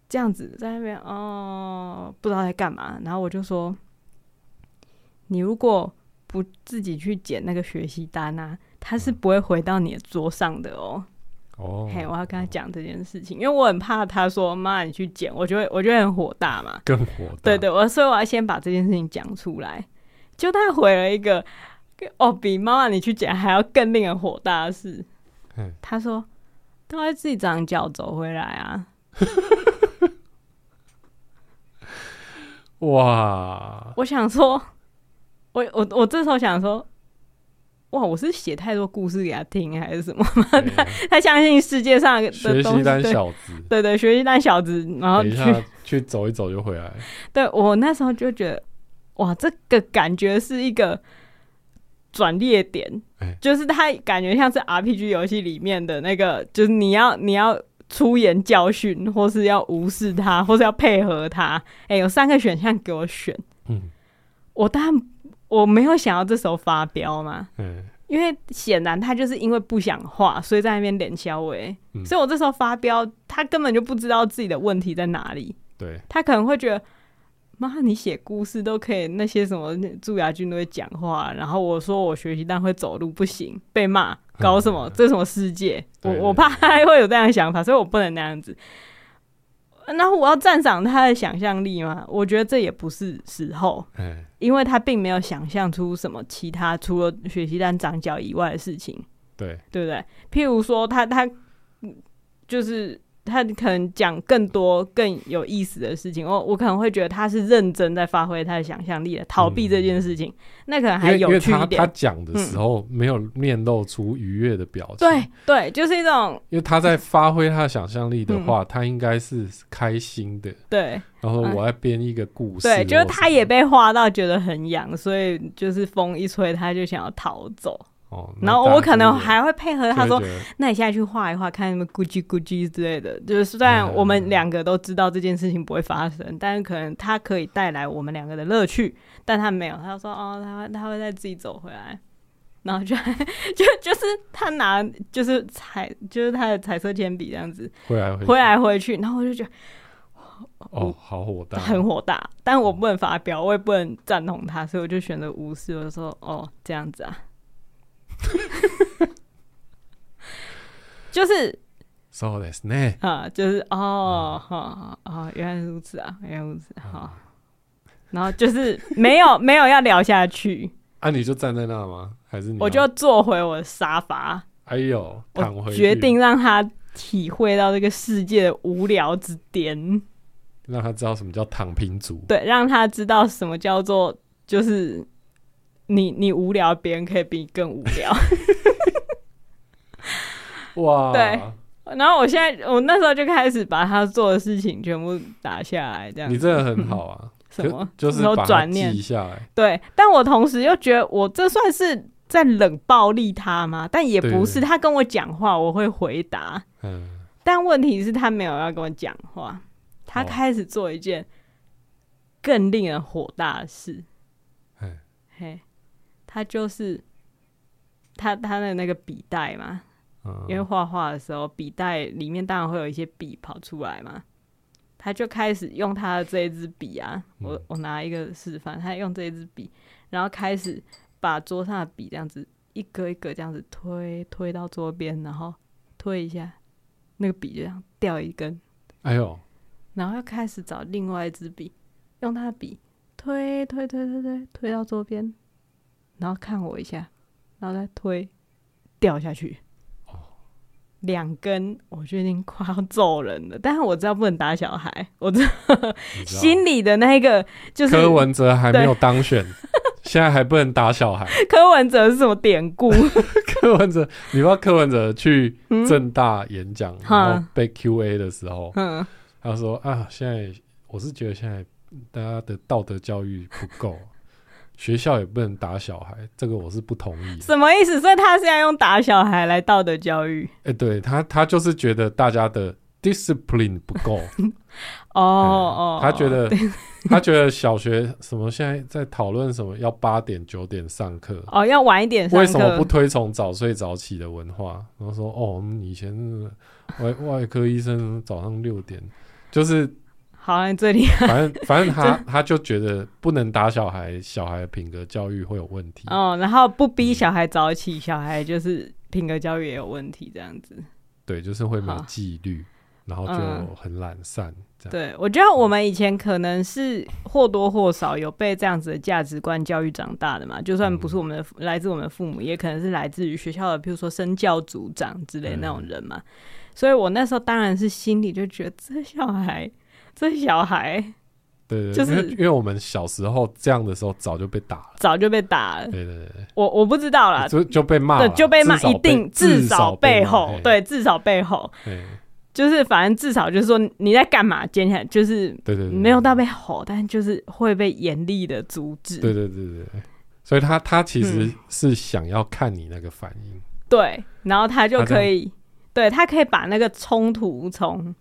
Speaker 1: 这样子在那边哦，不知道在干嘛。然后我就说，你如果不自己去捡那个学习单啊，他是不会回到你的桌上的哦。
Speaker 2: 嗯哦，
Speaker 1: 嘿，我要跟他讲这件事情，因为我很怕他说妈你去捡，我就会我就会很火大嘛。
Speaker 2: 更火大，
Speaker 1: 对对，我所以我要先把这件事情讲出来。就他回了一个哦，比妈妈你去捡还要更令人火大的事
Speaker 2: 嗯。
Speaker 1: 他说：“都会自己长脚走回来啊。
Speaker 2: 哇”，
Speaker 1: 我想说，我我我这时候想说，哇，我是写太多故事给他听还是什么？
Speaker 2: 对
Speaker 1: 他相信世界上的
Speaker 2: 哎学
Speaker 1: 东西
Speaker 2: 习单
Speaker 1: 对
Speaker 2: 小子，
Speaker 1: 对对，学习单小子，然后
Speaker 2: 等一
Speaker 1: 去
Speaker 2: 下去走一走就回来，
Speaker 1: 对我那时候就觉得，哇，这个感觉是一个转捩点，
Speaker 2: 哎
Speaker 1: 就是它感觉像是 RPG 游戏里面的那个，就是你要你要出言教训，或是要无视他，或是要配合他。哎、有三个选项给我选，
Speaker 2: 嗯
Speaker 1: 我当然我没有想要这时候发飙嘛。
Speaker 2: 嗯，
Speaker 1: 因为显然他就是因为不想画，所以在那边脸消微，
Speaker 2: 嗯
Speaker 1: 所以我这时候发飙，他根本就不知道自己的问题在哪里。
Speaker 2: 对，
Speaker 1: 他可能会觉得，妈，你写故事都可以，那些什么蛀牙菌都会讲话，然后我说我学习但会走路不行，被骂，搞什么？这什么世界？我
Speaker 2: 嗯对对
Speaker 1: 我怕他会有这样的想法，所以我不能那样子。呃然后我要赞赏他的想象力吗？我觉得这也不是时候，
Speaker 2: 哎，
Speaker 1: 因为他并没有想象出什么其他除了学习单长脚以外的事情。
Speaker 2: 对，
Speaker 1: 对不对？譬如说他，他嗯就是他可能讲更多更有意思的事情，我我可能会觉得他是认真在发挥他的想象力的，逃避这件事情，嗯那可能
Speaker 2: 因
Speaker 1: 还
Speaker 2: 为因
Speaker 1: 有
Speaker 2: 为
Speaker 1: 趣
Speaker 2: 他
Speaker 1: 一
Speaker 2: 他
Speaker 1: 点。嗯
Speaker 2: 讲的时候没有面露出愉悦的表情，
Speaker 1: 对，对，就是一种
Speaker 2: 因为他在发挥他的想象力
Speaker 1: 嗯
Speaker 2: 的话，他应该是开心的。
Speaker 1: 对
Speaker 2: 然后
Speaker 1: 嗯
Speaker 2: 我在编一个故事，
Speaker 1: 对，就是
Speaker 2: 或
Speaker 1: 他
Speaker 2: 什么
Speaker 1: 也被画到觉得很痒，所以就是风一吹他就想要逃走，
Speaker 2: 哦，
Speaker 1: 然后
Speaker 2: 大家
Speaker 1: 我可能
Speaker 2: 就
Speaker 1: 还会配合
Speaker 2: 就
Speaker 1: 他
Speaker 2: 会
Speaker 1: 说
Speaker 2: 觉得
Speaker 1: 那你现在去画一画，看什么咕叽咕叽之类的。就是虽然
Speaker 2: 嗯
Speaker 1: 我们两个都知道这件事情不会发生，但是可能它可以带来我们两个的乐趣，但他没有。他说哦，他会他会再自己走回来，然后就就就是他拿就是彩就是他的彩色铅笔这样子
Speaker 2: 回来回
Speaker 1: 回来回去，然后我就觉得
Speaker 2: 啊哦，好火大，
Speaker 1: 嗯很火大，但我不能发飙，我也不能赞同他，所以我就选择无视。我就说哦，这样子啊， 就是。
Speaker 2: so this 呢？
Speaker 1: 啊，就是
Speaker 2: 嗯
Speaker 1: 哦，哦哦，原来如此啊，原来如此，好。
Speaker 2: 嗯
Speaker 1: 然后就是没有 没有要聊下去，
Speaker 2: 啊，你就站在那吗？还是你要
Speaker 1: 我就坐回我的沙发，
Speaker 2: 哎呦，躺
Speaker 1: 我
Speaker 2: 回去
Speaker 1: 决定让他体会到这个世界的无聊之点，
Speaker 2: 让他知道什么叫躺平族。
Speaker 1: 对，让他知道什么叫做就是你你无聊，别人可以比你更无 聊。
Speaker 2: 哇，
Speaker 1: 对然后我现在我那时候就开始把他做的事情全部打下来，这样
Speaker 2: 你真的很好啊，
Speaker 1: 什么
Speaker 2: 就就是
Speaker 1: 那时候
Speaker 2: 把它
Speaker 1: 转念
Speaker 2: 记下来，
Speaker 1: 对，但我同时又觉得我这算是在冷暴力他吗？但也
Speaker 2: 对
Speaker 1: 不是，
Speaker 2: 对
Speaker 1: 他跟我讲话我会回答，
Speaker 2: 嗯，
Speaker 1: 但问题是他没有要跟我讲话，他
Speaker 2: 哦
Speaker 1: 开始做一件更令人火大的事。
Speaker 2: 哎
Speaker 1: 嘿，他就是他他的那个笔袋嘛，
Speaker 2: 嗯
Speaker 1: 因为画画的时候笔袋里面当然会有一些笔跑出来嘛。他就开始用他的这一支笔啊，我
Speaker 2: 嗯
Speaker 1: 我拿一个示范，他用这一支笔，然后开始把桌上的笔这样子一个一个这样子推推到桌边，然后推一下，那个笔就这样掉一根，
Speaker 2: 哎呦，
Speaker 1: 然后又开始找另外一支笔，用他的笔推推推推推推到桌边，然后看我一下，然后再推掉下去。两根，我就已经快要揍人了，但是我知道不能打小孩，我知道
Speaker 2: 你知道
Speaker 1: 心里的那个就是
Speaker 2: 柯文哲还没有当选， 现在还不能打小孩。
Speaker 1: 柯文哲是什么典 故？
Speaker 2: 柯文哲，你不知道柯文哲去正大演讲，
Speaker 1: 哈
Speaker 2: 然后被 Q&A 的时候，
Speaker 1: 嗯，
Speaker 2: 他说啊，现在我是觉得现在大家的道德教育不够，学校也不能打小孩，这个我是不同意的。
Speaker 1: 什么意思？所以他是要用打小孩来道德教育
Speaker 2: 哎、对他，他就是觉得大家的 discipline 不够，
Speaker 1: 哦哦
Speaker 2: 嗯，他觉得他觉得小学什么现在在讨论什么要八点九点上课，
Speaker 1: 哦要晚一点上课，
Speaker 2: 为什么不推崇早睡早起的文化？然后说哦，我们以前是外外科医生早上六点，就是
Speaker 1: 好，你最厉害
Speaker 2: 反正 反正他他就觉得不能打小孩，小孩品格教育会有问题。
Speaker 1: 哦。然后不逼小孩早起，小孩就是品格教育也有问题，这样子。
Speaker 2: 对，就是会没有
Speaker 1: 好
Speaker 2: 纪律，然后
Speaker 1: 嗯
Speaker 2: 就很懒散。这样
Speaker 1: 对，我觉得我们以前可能是或多或少有被这样子的价值观教育长大的嘛，就算不是我们的父、来自我们的父母，也可能是来自于学校的，譬如说身教组长之类的
Speaker 2: 嗯
Speaker 1: 那种人嘛。所以我那时候当然是心里就觉得这小孩，这小孩
Speaker 2: 对对，
Speaker 1: 就是
Speaker 2: 因为因为我们小时候这样的时候早就被打了。
Speaker 1: 早就被打了，
Speaker 2: 对对对
Speaker 1: 我我不知道啦
Speaker 2: 对，。就就被骂
Speaker 1: 啊对
Speaker 2: 了，，
Speaker 1: 就被骂，
Speaker 2: 至少
Speaker 1: 一定
Speaker 2: 至
Speaker 1: 少
Speaker 2: 被骂
Speaker 1: 吼，，对，至少被吼，
Speaker 2: 嘿嘿
Speaker 1: 就是反正至少就是说你在干嘛，捡起来就是
Speaker 2: 对对，对
Speaker 1: 没有到被吼，但就是会被严厉的阻止。
Speaker 2: 对对对对对，所以他他其实
Speaker 1: 嗯
Speaker 2: 是想要看你那个反应，
Speaker 1: 对，然后他就
Speaker 2: 他这样
Speaker 1: 可以，对他可以把那个冲突从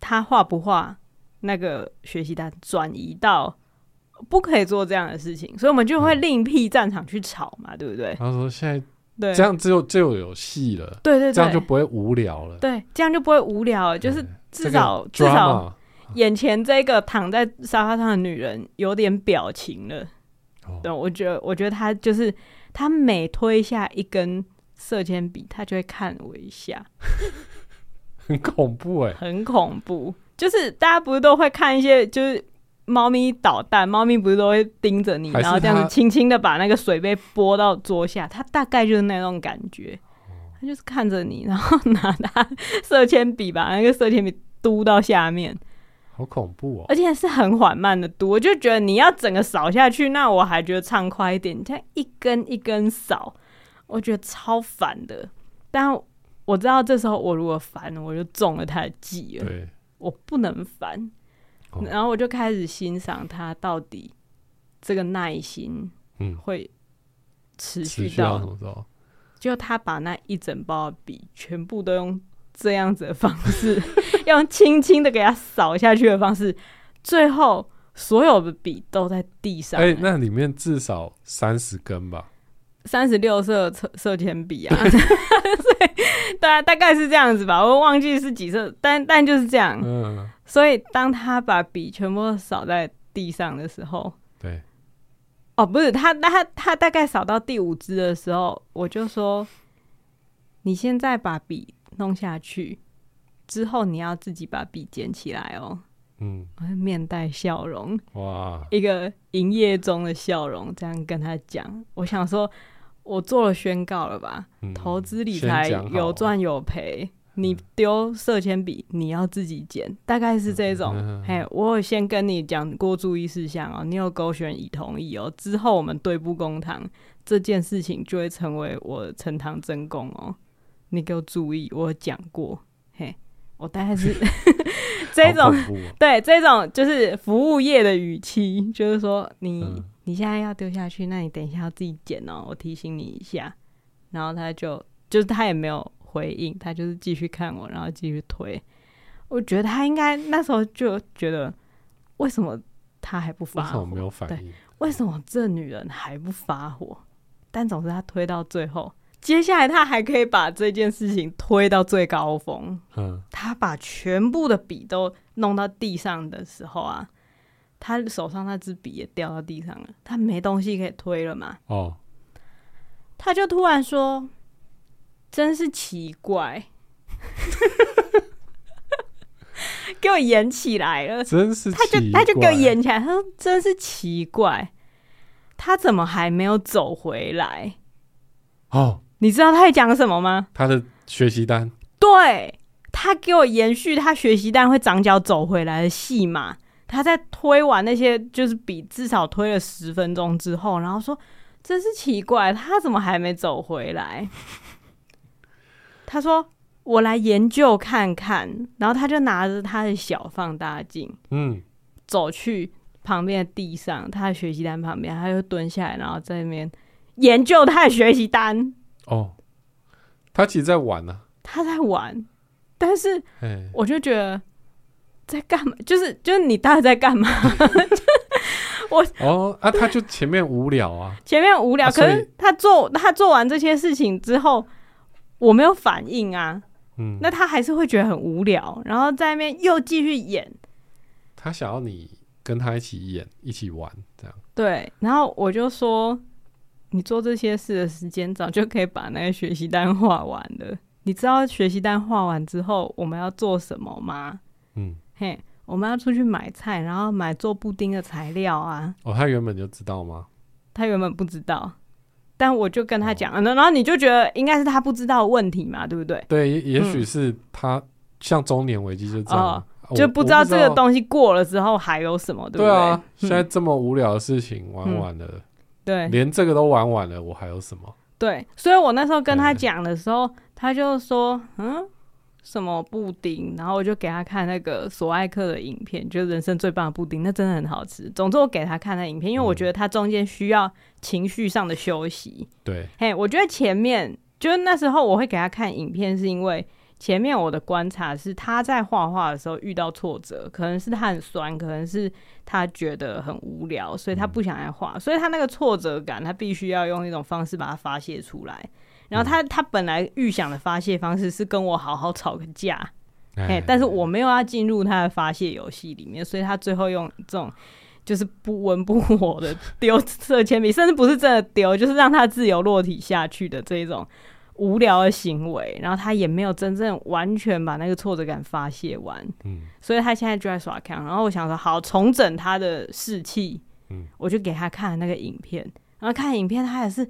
Speaker 1: 他画不画那个学习单转移到不可以做这样的事情，所以我们就会
Speaker 2: 嗯
Speaker 1: 另辟战场去吵嘛，对不对？
Speaker 2: 他说现在
Speaker 1: 对，
Speaker 2: 这样就就有戏了，
Speaker 1: 对对对，
Speaker 2: 这样就不会无聊了，
Speaker 1: 对，这样就不会无聊了，就是
Speaker 2: 对
Speaker 1: 至少、至
Speaker 2: 这个
Speaker 1: 少
Speaker 2: drama
Speaker 1: 眼前这个躺在沙发上的女人有点表情了。
Speaker 2: 哦
Speaker 1: 对，我觉得，我觉得他就是他每推下一根色铅笔，他就会看我一下，
Speaker 2: 很恐怖哎，
Speaker 1: 很恐怖。就是大家不是都会看一些，就是猫咪捣蛋，猫咪不是都会盯着你，
Speaker 2: 还是
Speaker 1: 然后这样
Speaker 2: 它
Speaker 1: 子轻轻的把那个水杯拨到桌下，它大概就是那种感觉，
Speaker 2: 哦
Speaker 1: 它就是看着你，然后拿它 色铅笔把那个色铅笔嘟到下面。
Speaker 2: 好恐怖哦，
Speaker 1: 而且是很缓慢的读，我就觉得你要整个扫下去，那我还觉得畅快一点。你这样一根一根扫，我觉得超烦的。但我知道这时候我如果烦，我就中了他的计了。
Speaker 2: 对，
Speaker 1: 我不能烦
Speaker 2: 哦，
Speaker 1: 然后我就开始欣赏他到底这个耐心
Speaker 2: 嗯，
Speaker 1: 会持
Speaker 2: 持
Speaker 1: 续
Speaker 2: 续到什
Speaker 1: 到，
Speaker 2: 么时候？
Speaker 1: 就他把那一整包的笔全部都用这样子的方式， 用轻轻的给它扫下去的方式，最后所有的笔都在地上、
Speaker 2: 哎，那里面至少三十根吧，
Speaker 1: 三十六色色色铅笔啊， 所以大大概是这样子吧，我忘记是几色，但但就是这样。
Speaker 2: 嗯，
Speaker 1: 所以当他把笔全部都扫在地上的时候，
Speaker 2: 对，
Speaker 1: 哦，不是他，他他大概扫到第五支的时候，我就说：“你现在把笔弄下去，之后你要自己把笔捡起来哦。
Speaker 2: 嗯，”
Speaker 1: 我就面带笑容，
Speaker 2: 哇，
Speaker 1: 一个营业中的笑容，这样跟他讲。我想说，我做了宣告了吧？
Speaker 2: 嗯
Speaker 1: 投资理
Speaker 2: 先
Speaker 1: 财
Speaker 2: 讲好啊嗯
Speaker 1: 有赚有赔，你丢色铅笔你要自己捡，大概是这种
Speaker 2: 嗯嗯嗯。
Speaker 1: 嘿、我有先跟你讲过注意事项哦，你有勾选已同意哦，之后我们对簿公堂这件事情就会成为我呈堂证供哦，你给我注意，我有讲过，嘿，我大概是 这
Speaker 2: 好
Speaker 1: 种
Speaker 2: 恐 怖哦
Speaker 1: 对，这种就是服务业的语气，就是说你、
Speaker 2: 嗯
Speaker 1: 你现在要丢下去，那你等一下要自己捡哦，我提醒你一下。然后他就就是他也没有回应，他就是继续看我，然后继续推。我觉得他应该那时候就觉得，为什么他还不
Speaker 2: 为
Speaker 1: 发
Speaker 2: 什么
Speaker 1: 火
Speaker 2: 没？有
Speaker 1: 哦
Speaker 2: 反
Speaker 1: 对
Speaker 2: 应？
Speaker 1: 为什么这女人还不发火？但总之他推到最后，接下来他还可以把这件事情推到最高峰。
Speaker 2: 嗯，
Speaker 1: 他把全部的笔都弄到地上的时候啊，他手上那支笔也掉到地上了，他没东西可以推了嘛，
Speaker 2: 哦，
Speaker 1: 他就突然说：“真是奇怪， 给我演起来了。”
Speaker 2: 真是
Speaker 1: 他就
Speaker 2: 奇
Speaker 1: 他就给我
Speaker 2: 怪
Speaker 1: 演起来，他说真是奇怪，他怎么还没有走回来？
Speaker 2: 哦，
Speaker 1: 你知道他在讲什么吗？
Speaker 2: 他的学习单。
Speaker 1: 对他给我延续他学习单会长脚走回来的戏码，他在推完那些就是比至少推了十分钟之后，然后说：“真是奇怪，他怎么还没走回来？” 他说：“我来研究看看。”然后他就拿着他的小放大镜
Speaker 2: 嗯，
Speaker 1: 走去旁边的地上，他的学习单旁边，他就蹲下来，然后在那边研究他的学习单。
Speaker 2: 哦，他其实在玩啊呢、
Speaker 1: 他在玩，但是
Speaker 2: 啊，哎，
Speaker 1: 我就觉得在干嘛？ 就是就是你到底在干嘛？
Speaker 2: 哦啊，他就前面无聊啊，
Speaker 1: 前面无聊，
Speaker 2: 啊
Speaker 1: 可
Speaker 2: 所
Speaker 1: 是
Speaker 2: 以
Speaker 1: 他做他做完这些事情之后，我没有反应啊，
Speaker 2: 嗯，
Speaker 1: 那他还是会觉得很无聊，然后在那边又继续演，
Speaker 2: 他想要你跟他一起演，一起玩这样。
Speaker 1: 对，然后我就说，你做这些事的时间早就可以把那个学习单画完了，你知道学习单画完之后我们要做什么吗？
Speaker 2: 嗯，
Speaker 1: 嘿，我们要出去买菜，然后买做布丁的材料啊，
Speaker 2: 哦，他原本就知道吗？
Speaker 1: 他原本不知道，但我就跟
Speaker 2: 哦
Speaker 1: 他讲，呃然后你就觉得应该是他不知道的问题嘛，对不对？
Speaker 2: 对，也也
Speaker 1: 嗯
Speaker 2: 许是他、像中年危机就这样啊，啊
Speaker 1: 哦就
Speaker 2: 我
Speaker 1: 不
Speaker 2: 我
Speaker 1: 知道这个东西过了之后还有什么，对不
Speaker 2: 对啊， 现在
Speaker 1: 嗯
Speaker 2: 这么无聊的事情玩
Speaker 1: 嗯
Speaker 2: 完了，
Speaker 1: 对
Speaker 2: 连这个都玩完了，我还有什么？
Speaker 1: 对，所以我那时候跟他
Speaker 2: 对
Speaker 1: 讲的时候，他就说嗯什么布丁，然后我就给他看那个索爱克的影片，就是人生最棒的布丁，那真的很好吃。总之我给他看那影片，因为我
Speaker 2: 嗯
Speaker 1: 觉得他中间需要情绪上的休息。
Speaker 2: 对，
Speaker 1: 嘿我觉得前面就是那时候我会给他看影片，是因为前面我的观察是他在画画的时候遇到挫折，可能是他很酸，可能是他觉得很无聊，所以他不想来画，所以他那个挫折感，他必须要用一种方式把它发泄出来。然后他他本来预想的发泄方式是跟我好好吵个架，哎、但是我没有要进入他的发泄游戏里面，所以他最后用这种就是不温不火 的丢色铅笔，甚至不是真的丢，就是让他自由落体下去的这一种无聊的行为，然后他也没有真正完全把那个挫折感发泄完，
Speaker 2: 嗯，
Speaker 1: 所以他现在就在耍康。然后我想说，好重整他的士气，
Speaker 2: 嗯
Speaker 1: 我就给他看那个影片，然后看影片他也是。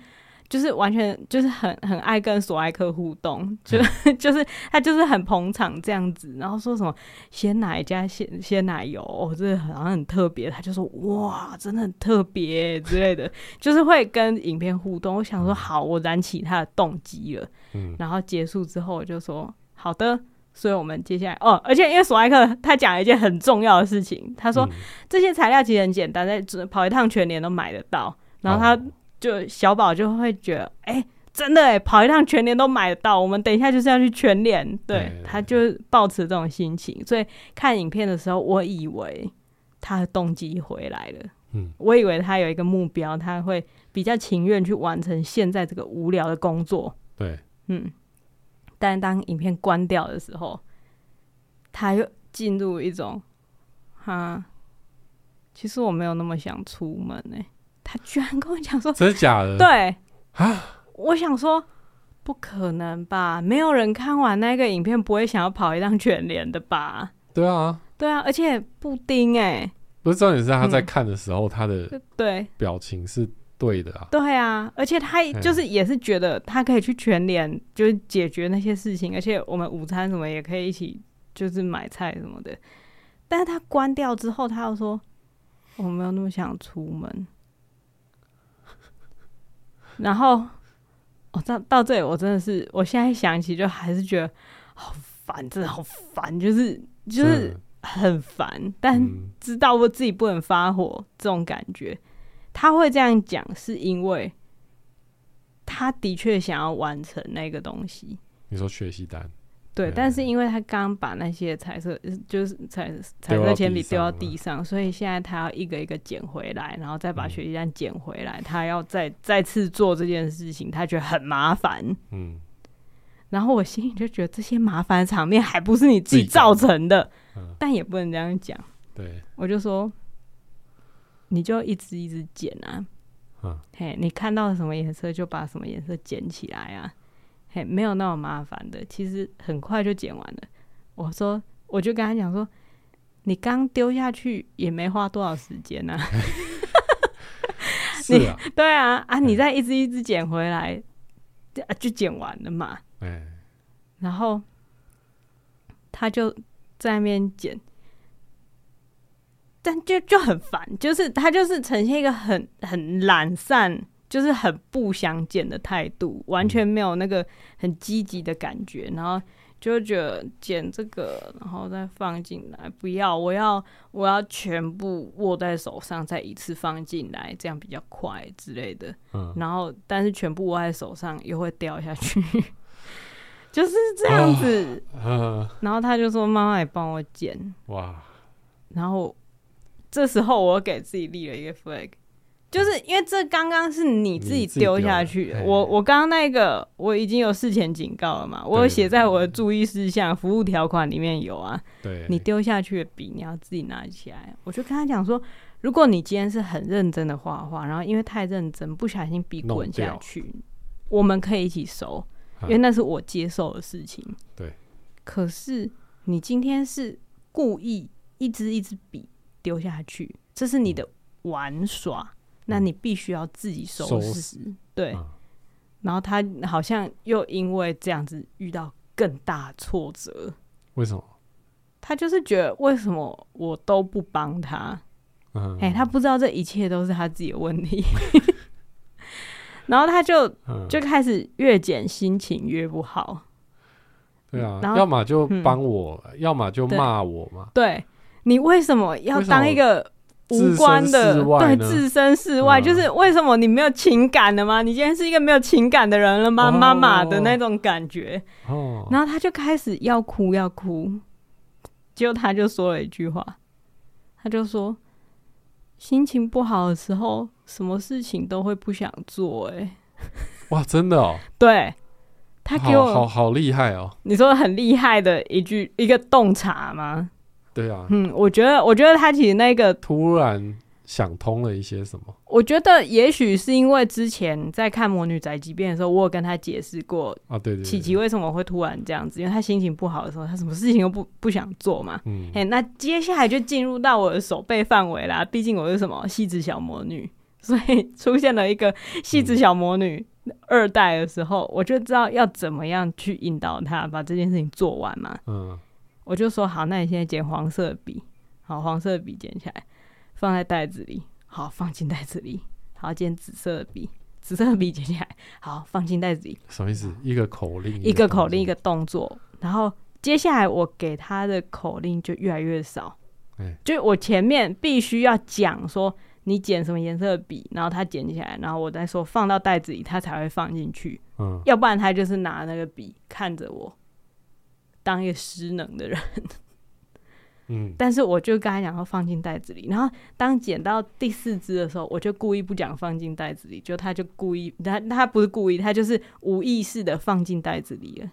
Speaker 1: 就是完全就是很很爱跟索爱克互动，就、
Speaker 2: 嗯
Speaker 1: 就是他就是很捧场这样子，然后说什么鲜奶加鲜鲜奶油，哦，这个好像很特别，他就说哇，真的很特别之类的，就是会跟影片互动。我想说好，我燃起他的动机了，
Speaker 2: 嗯
Speaker 1: 然后结束之后我就说好的，所以我们接下来哦，而且因为索爱克他讲了一件很重要的事情，他
Speaker 2: 他
Speaker 1: 说、这些材料其实很简单，在只跑一趟全年都买得到。然后他就小宝就会觉得，哎、真的哎、跑一趟全年都买得到。我们等一下就是要去全年，对
Speaker 2: 对
Speaker 1: 他就是抱持这种心情。所以看影片的时候，我以为他的动机回来了，
Speaker 2: 嗯，
Speaker 1: 我以为他有一个目标，他会比较情愿去完成现在这个无聊的工作，
Speaker 2: 对，
Speaker 1: 嗯，但当影片关掉的时候，他又进入一种，哈，其实我没有那么想出门呢、他居然跟我讲说，
Speaker 2: 真的假的？
Speaker 1: 对
Speaker 2: 呃啊，
Speaker 1: 我想说，不可能吧？没有人看完那个影片不会想要跑一趟全联的吧？
Speaker 2: 对啊，
Speaker 1: 对啊，而且布丁哎、
Speaker 2: 不是重点是他在
Speaker 1: 嗯
Speaker 2: 看的时候，他的
Speaker 1: 对
Speaker 2: 表情是对的啊。
Speaker 1: 对啊，而且他
Speaker 2: 嗯
Speaker 1: 就是也是觉得他可以去全联，就是解决那些事情，而且我们午餐什么也可以一起，就是买菜什么的。但是他关掉之后，他又说哦我没有那么想出门。 然后我到到这里，我真的是，我现在想起就还是觉得好烦，真的好烦，就是就是
Speaker 2: 嗯
Speaker 1: 很烦，但
Speaker 2: 嗯
Speaker 1: 知道我自己不能发火这种感觉。他会这样讲，是因为他的确想要完成那个东西，
Speaker 2: 你说学习单，
Speaker 1: 对。
Speaker 2: 嗯
Speaker 1: 但是因为他刚把那些彩色，就是彩彩
Speaker 2: 丢
Speaker 1: 色
Speaker 2: 到
Speaker 1: 铅笔
Speaker 2: 地
Speaker 1: 丢到
Speaker 2: 上
Speaker 1: 地上，所以现在他要一个一个捡回来，然后再把
Speaker 2: 嗯
Speaker 1: 学习单捡回来，他要再再次做这件事情，他觉得很麻烦。
Speaker 2: 嗯，
Speaker 1: 然后我心里就觉得这些麻烦的场面还不是你自己
Speaker 2: 自己
Speaker 1: 造
Speaker 2: 搞的
Speaker 1: 成的，
Speaker 2: 嗯
Speaker 1: 但也不能这样讲。
Speaker 2: 对，
Speaker 1: 我就说，你就一直一直剪啊，
Speaker 2: 嗯
Speaker 1: 嘿，你看到什么颜色就把什么颜色剪起来啊，嘿，没有那么麻烦的，其实很快就剪完了。我说，我就跟他讲说，你刚丢下去也没花多少时间啊，
Speaker 2: 是啊，
Speaker 1: 对啊，啊，你
Speaker 2: 嗯
Speaker 1: 再一只一只剪回来，就啊就剪完了嘛，
Speaker 2: 哎，
Speaker 1: 然后他就在那边剪，但就就很烦，就是他就是呈现一个很很懒散，就是很不相见的态度，完全没有那个很积极的感觉，然后就会觉得剪这个，然后再放进来，不要，我要我要全部握在手上，再一次放进来，这样比较快之类的。
Speaker 2: 嗯，
Speaker 1: 然后但是全部握在手上又会掉下去， 就是这样子。
Speaker 2: 呃，
Speaker 1: 然后他就说：“妈妈也帮我剪。”
Speaker 2: 哇，
Speaker 1: 然后这时候我给自己立了一个 flag，就是因为这刚刚是你自己丢下去
Speaker 2: 你自己丢的
Speaker 1: 的。
Speaker 2: 嘿
Speaker 1: 我我刚刚那个我已经有事前警告了嘛，我有写在我的注意事项服务条款里面有啊。
Speaker 2: 对，
Speaker 1: 你丢下去的笔你要自己拿起来。我就跟他讲说，如果你今天是很认真的画画，然后因为太认真不小心笔
Speaker 2: 弄
Speaker 1: 滚
Speaker 2: 掉啊
Speaker 1: 下去，我们可以一起收。因为那是我接受的事情。
Speaker 2: 对，
Speaker 1: 可是你今天是故意一支一支笔丢下去，这是你的玩耍，那你必须要自己收
Speaker 2: 嗯收
Speaker 1: 拾。对，
Speaker 2: 嗯
Speaker 1: 然后他好像又因为这样子遇到更大的挫折，
Speaker 2: 为什么？
Speaker 1: 他就是觉得为什么我都不帮他？
Speaker 2: 嗯，
Speaker 1: 哎、他不知道这一切都是他自己的问题。 然后他就
Speaker 2: 嗯
Speaker 1: 就开始越减心情越不好，
Speaker 2: 对啊，
Speaker 1: 然后
Speaker 2: 要么就
Speaker 1: 嗯
Speaker 2: 帮我，要么就
Speaker 1: 对
Speaker 2: 骂我嘛。
Speaker 1: 对你为什么要当一个无关
Speaker 2: 为
Speaker 1: 的
Speaker 2: 什
Speaker 1: 对
Speaker 2: 么置身事外呢
Speaker 1: 置身事外？
Speaker 2: 嗯
Speaker 1: 就是为什么你没有情感的吗？你今天是一个没有情感的人了吗？
Speaker 2: 哦
Speaker 1: 妈妈的那种感觉。
Speaker 2: 哦，
Speaker 1: 然后他就开始要哭要哭，结果他就说了一句话，他就说：“心情不好的时候，什么事情都会不想做。”哎，
Speaker 2: 哇，真的哦，
Speaker 1: 对他给
Speaker 2: 好好
Speaker 1: 我
Speaker 2: 好厉害哦。
Speaker 1: 你说很厉害的一句一个洞察吗？
Speaker 2: 对啊，
Speaker 1: 嗯，我觉得我觉得他其实那个
Speaker 2: 突然想通了一些什么
Speaker 1: 我觉得也许是因为之前在看《魔女宅急便》的时候，我有跟他解释过
Speaker 2: 啊？对对对，
Speaker 1: 琪琪为什么会突然这样子，因为他心情不好的时候，他什么事情都不不想做嘛。
Speaker 2: 嗯
Speaker 1: 哎、那接下来就进入到我的手背范围啦，毕竟我是什么细致小魔女， 所以出现了一个细致小魔女二代的时候，我就知道要怎么样去引导他把这件事情做完嘛。
Speaker 2: 嗯，
Speaker 1: 我就说好，那你现在捡黄色的笔，好，黄色的笔捡起来，放在袋子里，好，放进袋子里，好，捡紫色的笔，紫色的笔捡起来，好，放进袋子里，
Speaker 2: 什么意思？一个口令，
Speaker 1: 一个口
Speaker 2: 动作
Speaker 1: 令一个动作，然后接下来我给他的口令就越来越少，
Speaker 2: 哎
Speaker 1: 就我前面必须要讲说你捡什么颜色的笔，然后他捡起来，然后我再说放到袋子里，他才会放进去，
Speaker 2: 嗯，
Speaker 1: 要不然他就是拿那个笔看着我，当一个失能的人。
Speaker 2: 嗯，
Speaker 1: 但是我就跟他讲要放进袋子里，然后当捡到第四只的时候，我就故意不讲放进袋子里，就他就故意，他他不是故意，他就是无意识的放进袋子里了。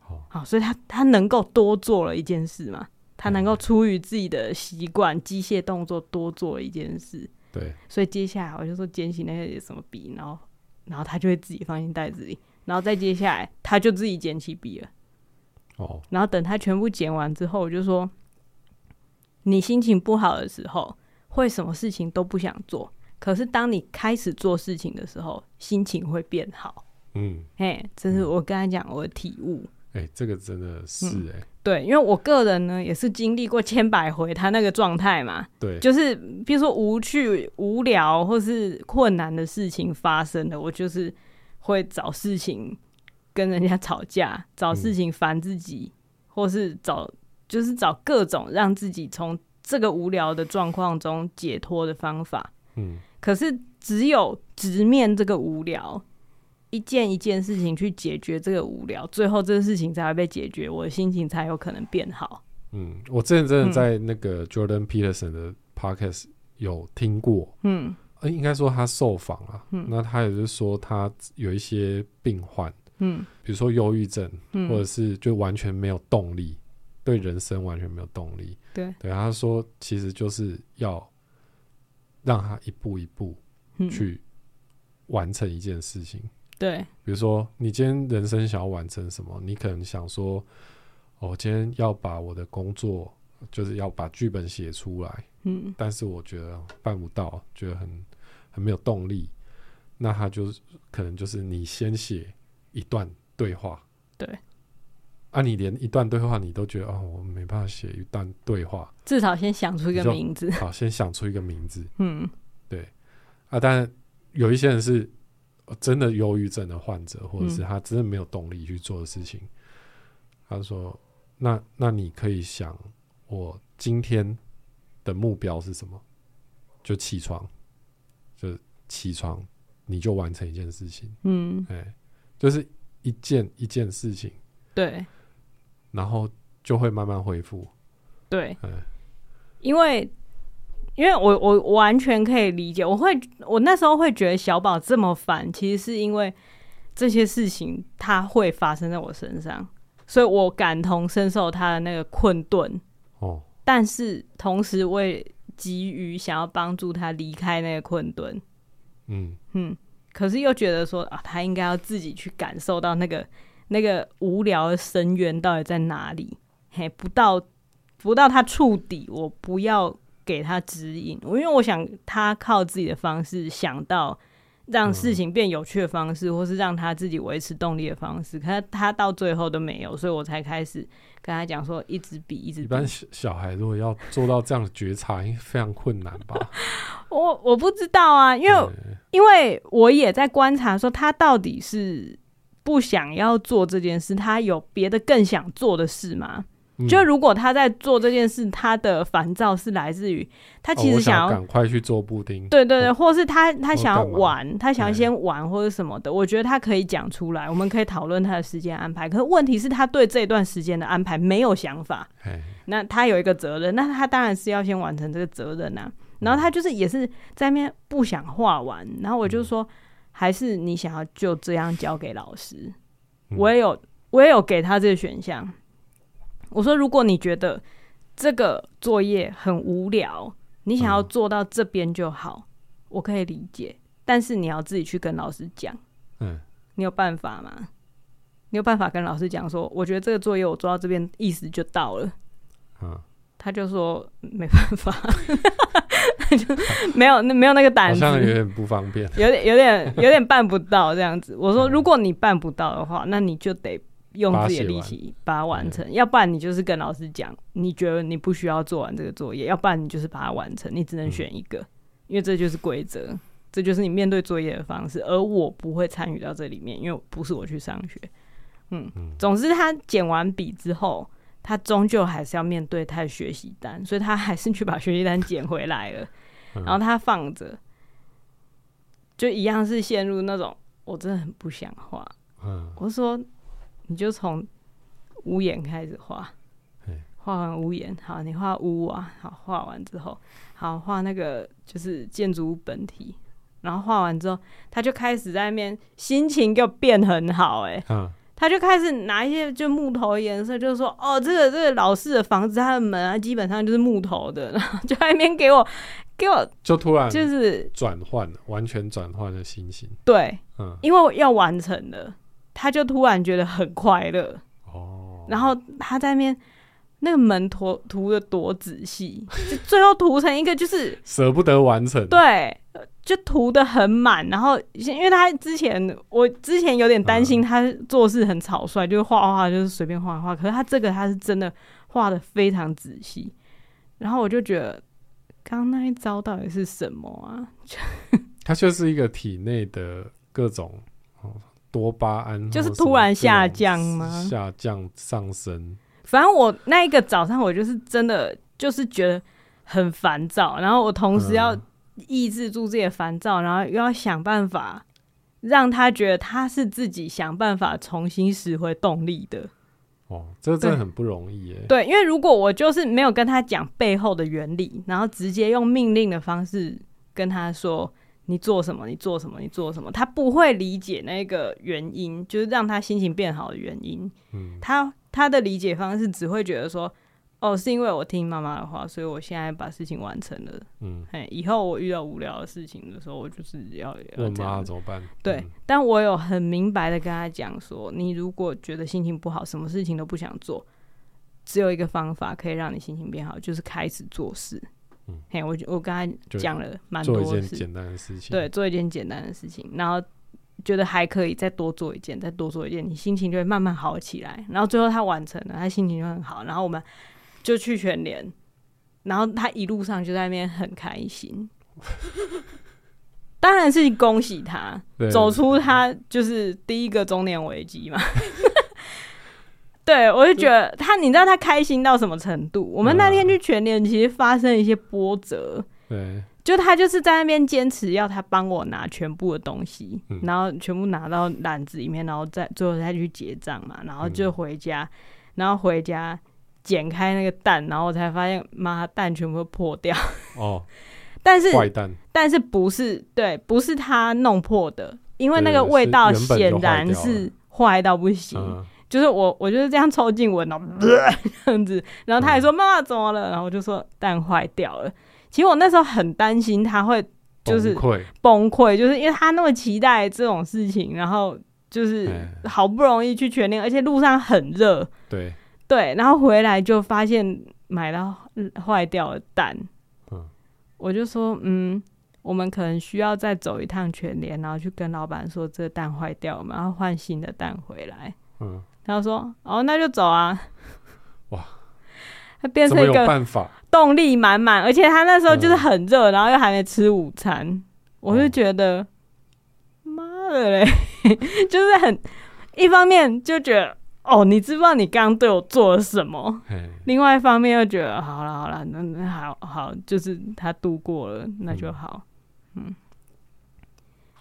Speaker 2: 好，
Speaker 1: 好，所以他他能够多做了一件事嘛，他能够出于自己的习惯、机械动作多做了一件事，
Speaker 2: 对，
Speaker 1: 所以接下来我就说捡起那个什么笔，然后然后他就会自己放进袋子里，然后再接下来他就自己捡起笔了。
Speaker 2: 哦，
Speaker 1: 然后等他全部剪完之后，我就说：“你心情不好的时候，会什么事情都不想做。可是当你开始做事情的时候，心情会变好。
Speaker 2: 嗯，”
Speaker 1: 嘿，这是我跟他讲我的体悟。
Speaker 2: 哎，这个真的
Speaker 1: 嗯
Speaker 2: 是哎，
Speaker 1: 对，因为我个人呢也是经历过千百回他那个状态嘛，
Speaker 2: 对，
Speaker 1: 就是比如说无趣、无聊或是困难的事情发生了，我就是会找事情跟人家吵架，找事情烦自己，或是找就是找各种让自己从这个无聊的状况中解脱的方法。
Speaker 2: 嗯，
Speaker 1: 可是只有直面这个无聊，一件一件事情去解决这个无聊，最后这个事情才会被解决，我的心情才有可能变好。
Speaker 2: 嗯，我之前真的在那个 Jordan Peterson 的 podcast 有听过，
Speaker 1: 嗯
Speaker 2: 呃，应该说他受访啊，那他也是说他有一些病患，
Speaker 1: 嗯
Speaker 2: 比如说忧郁症，或者
Speaker 1: 嗯，
Speaker 2: 是就完全没有动力，对人生完全没有动力。
Speaker 1: 对，
Speaker 2: 对，他说其实就是要让他一步一步
Speaker 1: 嗯
Speaker 2: 去完成一件事情。
Speaker 1: 对，
Speaker 2: 比如说，你今天人生想要完成什么，你可能想说，哦，我今天要把我的工作，就是要把剧本写出来，
Speaker 1: 嗯。
Speaker 2: 但是我觉得办不到，觉得很很没有动力。那他就是可能就是你先写一段对话，
Speaker 1: 对，
Speaker 2: 啊，你连一段对话你都觉得啊、我没办法写一段对话，
Speaker 1: 至少先想出一个
Speaker 2: 你就
Speaker 1: 名字。
Speaker 2: 好，先想出一个名字
Speaker 1: 嗯，
Speaker 2: 啊。当然，有一些人是呃真的忧郁症的患者，或者是他真的没有动力去做的事情。他说：“那那你可以想，我今天的目标是什么？就起床，就起床，你就完成一件事情。
Speaker 1: 嗯，
Speaker 2: 哎，就是一件一件事情，
Speaker 1: 对
Speaker 2: 然后就会慢慢恢复。
Speaker 1: 对
Speaker 2: 嗯，
Speaker 1: 因为因为我我我完全可以理解，我会我那时候会觉得小宝这么烦，其实是因为这些事情它会发生在我身上，所以我感同身受他的那个困顿，
Speaker 2: 哦，
Speaker 1: 但是同时我也急于想要帮助他离开那个困顿。
Speaker 2: 嗯，
Speaker 1: 嗯，可是又觉得说啊，他应该要自己去感受到那个那个无聊的深渊到底在哪里，嘿，不到不到他触底，我不要给他指引，我因为我想他靠自己的方式想到让事情变有趣的方
Speaker 2: 嗯
Speaker 1: 式，或是让他自己维持动力的方式，可是他到最后都没有，所以我才开始跟他讲说，一直比，一直
Speaker 2: 一
Speaker 1: 比。
Speaker 2: 般小小孩如果要做到这样的觉察，应该非常困难吧？嗯
Speaker 1: 我我不知道啊， 因为
Speaker 2: 对
Speaker 1: 因为我也在观察，说他到底是不想要做这件事，他有别的更想做的事吗？
Speaker 2: 嗯
Speaker 1: 就如果他在做这件事，他的烦躁是来自于他
Speaker 2: 哦
Speaker 1: 其
Speaker 2: 我
Speaker 1: 实
Speaker 2: 想
Speaker 1: 想要、
Speaker 2: 赶快去做布丁，
Speaker 1: 对对对，或是他他
Speaker 2: 我
Speaker 1: 想要
Speaker 2: 哦干嘛嗯
Speaker 1: 玩，他想要
Speaker 2: 对
Speaker 1: 先玩或者什么的，我觉得他可以讲出来，我们可以讨论他的时间安排。可是问题是，他对这段时间的安排没有想法，
Speaker 2: 哎，
Speaker 1: 那他有一个责任，那他当然是要先完成这个责任
Speaker 2: 嗯
Speaker 1: 啊。然后他就是也是在那边不想画完，然后我就说，还是你想要就这样交给老师。
Speaker 2: 嗯
Speaker 1: 我也有我也有给他这个选项，我说如果你觉得这个作业很无聊，你想要
Speaker 2: 嗯
Speaker 1: 做到这边就好，我可以理解，但是你要自己去跟老师讲。
Speaker 2: 嗯，
Speaker 1: 你有办法吗？你有办法跟老师讲说，我觉得这个作业我做到这边意思就到了。
Speaker 2: 嗯，
Speaker 1: 他就说没办法， 他就没有那没有那个胆
Speaker 2: 好
Speaker 1: 子，
Speaker 2: 像有点不方便。
Speaker 1: 有点有点有点办不到这样子。我说，
Speaker 2: 嗯
Speaker 1: 如果你办不到的话，那你就得用自己的力气把它完成，要不然你就是跟老师讲，你觉得你不需要做完这个作业，要不然你就是把它完成，你只能选一个，因为这就是规则，这就是你面对作业的方式。而我不会参与到这里面，因为不是我去上学。嗯，总之他剪完笔之后。他终究还是要面对他的学习单，所以他还是去把学习单捡回来了。
Speaker 2: 嗯
Speaker 1: 然后他放着，就一样是陷入那种我真的很不想画。
Speaker 2: 嗯，
Speaker 1: 我说你就从屋檐开始画
Speaker 2: 嘿，
Speaker 1: 画完屋檐，好，你画屋啊，好，画完之后，好画那个就是建筑物本体。然后画完之后，他就开始在那边心情就变很好、欸，
Speaker 2: 嗯，
Speaker 1: 他就开始拿一些就木头颜色，就是说哦，这个这个老式的房子，它的门啊，基本上就是木头的，然后就在那边给我给我
Speaker 2: 就突然
Speaker 1: 就是
Speaker 2: 转换了，完全转换了心情。
Speaker 1: 对，
Speaker 2: 嗯，
Speaker 1: 因为要完成了，他就突然觉得很快乐，
Speaker 2: 哦，
Speaker 1: 然后他在那边那个门涂涂的多仔细，就最后涂成一个就是
Speaker 2: 舍不得完成，，
Speaker 1: 对，就涂的很满。然后因为他之前我之前有点担心他做事很草率，就是画画画就是随便画画，可是他这个他是真的画的非常仔细，然后我就觉得。刚刚那一招到底是什么啊？
Speaker 2: 它就是一个体内的各种哦多巴胺，
Speaker 1: 就是
Speaker 2: 或什么
Speaker 1: 突然下
Speaker 2: 各种
Speaker 1: 降吗
Speaker 2: 下降上升，
Speaker 1: 反正我那一个早上，我就是真的就是觉得很烦躁，然后我同时要
Speaker 2: 嗯
Speaker 1: 抑制住自己的烦躁，然后又要想办法让他觉得他是自己想办法重新拾回动力的。
Speaker 2: 哦，这真的
Speaker 1: 对
Speaker 2: 很不容易耶。
Speaker 1: 对，因为如果我就是没有跟他讲背后的原理，然后直接用命令的方式跟他说你做什么，你做什么，你做什么，他不会理解那个原因，就是让他心情变好的原因。
Speaker 2: 嗯，
Speaker 1: 他他的理解方式只会觉得说，哦，是因为我听妈妈的话，所以我现在把事情完成了。
Speaker 2: 嗯，
Speaker 1: 嘿，以后我遇到无聊的事情的时候，我就是要要
Speaker 2: 问
Speaker 1: 这
Speaker 2: 妈
Speaker 1: 样子。
Speaker 2: 怎么办？
Speaker 1: 对，
Speaker 2: 嗯
Speaker 1: 但我有很明白的跟他讲说，你如果觉得心情不好，什么事情都不想做，只有一个方法可以让你心情变好，就是开始做事。
Speaker 2: 嗯
Speaker 1: 嘿，我就我跟他
Speaker 2: 就
Speaker 1: 讲了蛮
Speaker 2: 做一
Speaker 1: 多
Speaker 2: 件
Speaker 1: 事，
Speaker 2: 简单的事情，
Speaker 1: 对，，做一件简单的事情，然后觉得还可以，再多做一件，再多做一件，你心情就会慢慢好起来。然后最后他完成了，他心情就很好。然后我们就去全联，然后他一路上就在那边很开 心。当然是恭喜他
Speaker 2: 对
Speaker 1: 走出他就是第一个中年危机嘛。 对，我就觉得他，你知道他开心到什么程度？我们那天去全联，其实发生一些波折。
Speaker 2: 对，
Speaker 1: 就他就是在那边坚持要他帮我拿全部的东西，
Speaker 2: 嗯
Speaker 1: 然后全部拿到篮子里面，然后再最后再去结账嘛，然后就回家，
Speaker 2: 嗯
Speaker 1: 然后回家剪开那个蛋，然后我才发现妈蛋全部都破掉，
Speaker 2: 哦，
Speaker 1: 但是
Speaker 2: 坏蛋，
Speaker 1: 但是不是对，不是他弄破的，因为那
Speaker 2: 对
Speaker 1: 个味
Speaker 2: 是
Speaker 1: 道
Speaker 2: 原本
Speaker 1: 显然
Speaker 2: 就坏掉
Speaker 1: 是坏到不行，
Speaker 2: 嗯，
Speaker 1: 就是我我就是这样抽筋闻，然后 这样子，然后他还说妈妈怎么了，然后我就说蛋坏掉了。其实我那时候很担心他会就是
Speaker 2: 崩溃，
Speaker 1: 崩溃，就是因为他那么期待这种事情，然后就是
Speaker 2: 哎
Speaker 1: 好不容易去全年，而且路上很热，
Speaker 2: 对，
Speaker 1: 对，然后回来就发现买到嗯坏掉的蛋，
Speaker 2: 嗯
Speaker 1: 我就说嗯，我们可能需要再走一趟全联，然后去跟老板说这蛋坏掉，我们要换新的蛋回来。
Speaker 2: 嗯，
Speaker 1: 他就说：“哦，那就走啊。”
Speaker 2: 哇，
Speaker 1: 他变
Speaker 2: 怎
Speaker 1: 成
Speaker 2: 么
Speaker 1: 一
Speaker 2: 有
Speaker 1: 个
Speaker 2: 办嗯法？
Speaker 1: 动力满满，而且他那时候就是很热，然后又还没吃午餐，我
Speaker 2: 哦
Speaker 1: 就觉得妈的嘞， 就是很一方面就觉得哦，你知不知道你刚刚对我做了什么？
Speaker 2: 哎，
Speaker 1: 另外一方面又觉得好了好了，那那好好，就是他度过了，那就好。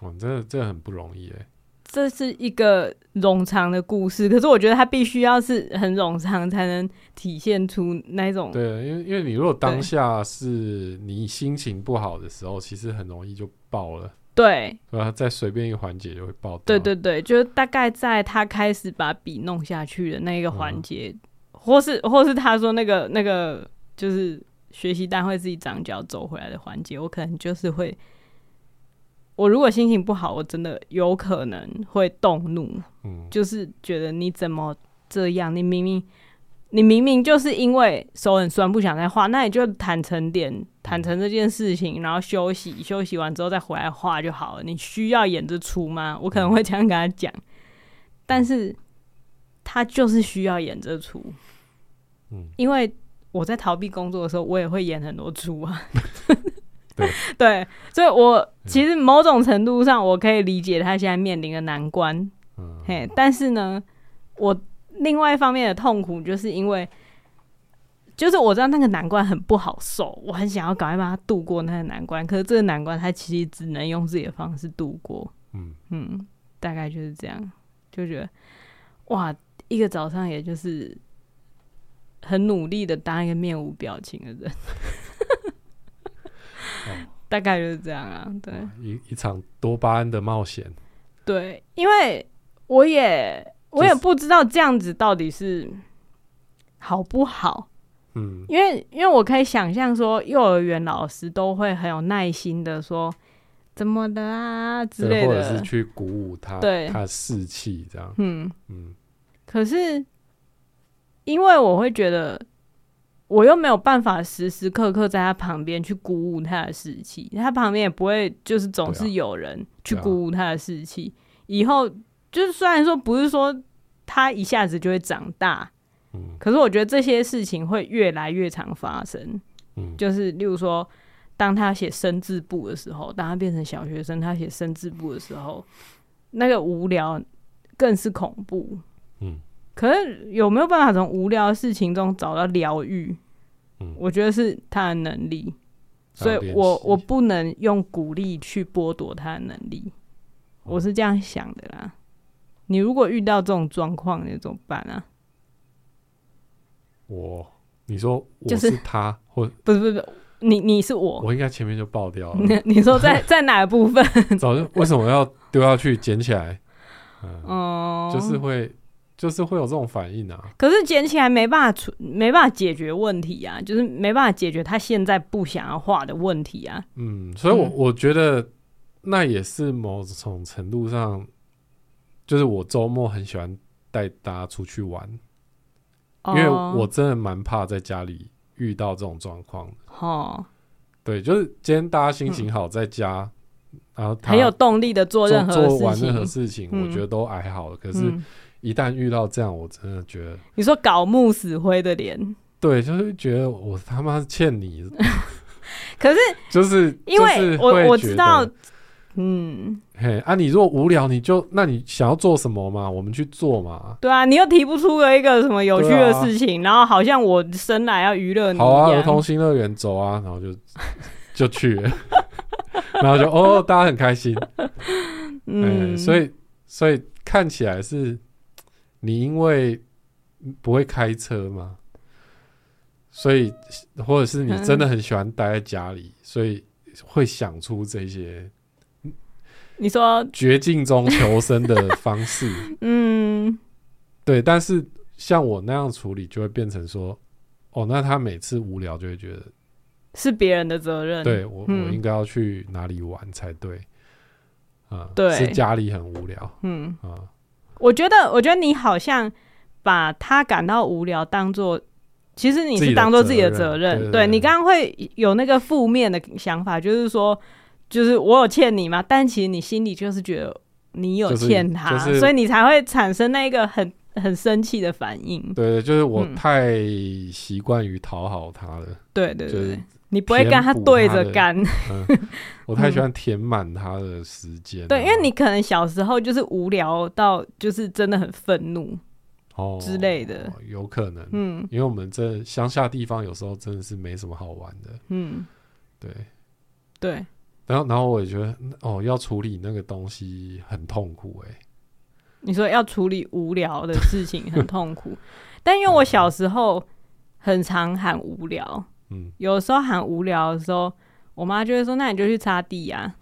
Speaker 2: 哇，真的真的很不容易哎，
Speaker 1: 这是一个冗长的故事，可是我觉得它必须要是很冗长，才能体现出那种
Speaker 2: 对，啊因为因为你如果当
Speaker 1: 对
Speaker 2: 下是你心情不好的时候，其实很容易就爆了，
Speaker 1: 对
Speaker 2: 然后再随便一个环节就会爆掉，
Speaker 1: 对对对，就是大概在他开始把笔弄下去的那个环节，或是或是他说那个那个就是学习单会自己长脚走回来的环节，我可能就是会，我如果心情不好，我真的有可能会动怒，
Speaker 2: 嗯，
Speaker 1: 就是觉得你怎么这样？你明明你明明就是因为手很酸不想再画，那你就坦诚点，坦诚这件事情，然后休息，休息完之后再回来画就好了。你需要演这出吗？我可能会这样跟他讲，但是他就是需要演这出，
Speaker 2: 嗯，
Speaker 1: 因为我在逃避工作的时候，我也会演很多出啊。
Speaker 2: 对嗯
Speaker 1: 对，所以我其实某种程度上，我可以理解他现在面临的难关，
Speaker 2: 嗯，
Speaker 1: 嘿，但是呢，我另外一方面的痛苦，就是因为，就是我知道那个难关很不好受，我很想要赶快帮他度过那个难关，可是这个难关他其实只能用自己的方式度过，
Speaker 2: 嗯
Speaker 1: 嗯，大概就是这样，就觉得哇，一个早上也就是很努力的当一个面无表情的人， 大概就是这样啊，对。
Speaker 2: 哇一一场多巴胺的冒险，
Speaker 1: 对，因为我也我也
Speaker 2: 就是
Speaker 1: 不知道这样子到底是好不好，
Speaker 2: 嗯，
Speaker 1: 因为因为我可以想象说，幼儿园老师都会很有耐心的说怎么的啊之
Speaker 2: 对
Speaker 1: 类
Speaker 2: 或者是
Speaker 1: 的，
Speaker 2: 去鼓舞他，
Speaker 1: 对
Speaker 2: 他的士气这样，
Speaker 1: 嗯，
Speaker 2: 嗯
Speaker 1: 可是因为我会觉得。我又没有办法时时刻刻在他旁边去鼓舞他的士气，他旁边也不会就是总
Speaker 2: 对啊
Speaker 1: 是有人去
Speaker 2: 对啊
Speaker 1: 鼓舞他的士气。以后就是虽然说不是说他一下子就会长大，
Speaker 2: 嗯
Speaker 1: 可是我觉得这些事情会越来越常发生，
Speaker 2: 嗯，
Speaker 1: 就是例如说，当他写生字簿的时候，当他变成小学生，他写生字簿的时候，那个无聊更是恐怖。
Speaker 2: 嗯，
Speaker 1: 可是有没有办法从无聊的事情中找到疗愈？
Speaker 2: 嗯
Speaker 1: 我觉得是他的能力，所
Speaker 2: 还有
Speaker 1: 以
Speaker 2: 练
Speaker 1: 我
Speaker 2: 习
Speaker 1: 我不能用鼓励去剥夺他的能力，
Speaker 2: 哦
Speaker 1: 我是这样想的啦。你如果遇到这种状况，你怎么办啊？
Speaker 2: 我你说我
Speaker 1: 就是
Speaker 2: 是他，或
Speaker 1: 不是不是，不是你你是我，
Speaker 2: 我应该前面就爆掉了，
Speaker 1: 你你说在在哪个部 分？
Speaker 2: 早就为什么要丢下去捡起来？嗯，
Speaker 1: 哦，
Speaker 2: 就是，会就是会有这种反应啊。
Speaker 1: 可是捡起来没办法处，没办法解决问题啊，就是没办法解决他现在不想要画的问题啊。
Speaker 2: 嗯，所以我，我
Speaker 1: 嗯
Speaker 2: 觉得那也是某种程度上，就是我周末很喜欢带大家出去玩，
Speaker 1: 哦
Speaker 2: 因为我真的蛮怕在家里遇到这种状况的。
Speaker 1: 哦，
Speaker 2: 对，就是今天大家心情好，在家、然后
Speaker 1: 嗯
Speaker 2: 他
Speaker 1: 很有动力的做
Speaker 2: 做
Speaker 1: 任何
Speaker 2: 做
Speaker 1: 事
Speaker 2: 完任何
Speaker 1: 情。
Speaker 2: 事情，
Speaker 1: 嗯
Speaker 2: 我觉得都还好。可是，
Speaker 1: 嗯，
Speaker 2: 一旦遇到这样，我真的觉得，
Speaker 1: 你说搞木死灰的脸，
Speaker 2: 对，就是觉得我他妈欠你，
Speaker 1: 可是
Speaker 2: 就是
Speaker 1: 因
Speaker 2: 就是
Speaker 1: 为我、
Speaker 2: 会
Speaker 1: 我
Speaker 2: 觉
Speaker 1: 知
Speaker 2: 得
Speaker 1: 道，嗯，
Speaker 2: 嘿，啊，你如果无聊，你就那你想要做什么嘛？我们去做嘛。
Speaker 1: 对啊，你又提不出个一个什么有趣
Speaker 2: 对
Speaker 1: 的
Speaker 2: 啊
Speaker 1: 事情，然后好像我生来要娱乐你一样。
Speaker 2: 好啊，儿童新乐园走啊，然后就就去了， 然后就哦，大家很开心。嗯，
Speaker 1: 嗯，
Speaker 2: 所
Speaker 1: 以
Speaker 2: 以所以看起来是你因为不会开车嘛，所以或者是你真
Speaker 1: 嗯
Speaker 2: 的很喜欢待在家里，所以会想出这些
Speaker 1: 你说，
Speaker 2: 绝境中求生的方式。
Speaker 1: 嗯，
Speaker 2: 对，但是像我那样处理，就会变成说，哦，那他每次无聊就会觉得，
Speaker 1: 是别人的责任。
Speaker 2: 对我、我
Speaker 1: 嗯
Speaker 2: 应该要去哪里玩才对，啊、
Speaker 1: 对
Speaker 2: 是家里很无聊
Speaker 1: 嗯，
Speaker 2: 啊、
Speaker 1: 我觉得，我觉得你好像把他感到无聊当做，其实你
Speaker 2: 自己
Speaker 1: 是
Speaker 2: 的
Speaker 1: 当做自己的
Speaker 2: 责任
Speaker 1: 责任。
Speaker 2: 对对对
Speaker 1: 你刚刚会有那个负面的想法，就是说，就是我有欠你嘛，但其实你心里就是觉得你有
Speaker 2: 就是
Speaker 1: 欠他，
Speaker 2: 就是
Speaker 1: 所以你才会产生那个很很生气的反应。
Speaker 2: 对，就是我
Speaker 1: 嗯
Speaker 2: 太习惯于讨好他了，
Speaker 1: 对对
Speaker 2: 就
Speaker 1: 对
Speaker 2: 是
Speaker 1: 对，你不会跟他
Speaker 2: 填补
Speaker 1: 对
Speaker 2: 他
Speaker 1: 着
Speaker 2: 的
Speaker 1: 干，
Speaker 2: 我太喜欢填满他的时间、
Speaker 1: 对，因为你可能小时候就是无聊到就是真的很愤怒，
Speaker 2: 哦
Speaker 1: 之类的
Speaker 2: 哦有可能，
Speaker 1: 嗯
Speaker 2: 因为我们这乡下地方有时候真的是没什么好玩的，
Speaker 1: 嗯，
Speaker 2: 对。
Speaker 1: 对，
Speaker 2: 然后，然后我也觉得，哦，要处理那个东西很痛苦、欸，
Speaker 1: 你说要处理无聊的事情很痛苦，但因为我小时候很常喊无聊，
Speaker 2: 嗯，
Speaker 1: 有时候喊无聊的时候，我妈就会说：“那你就去擦地啊。”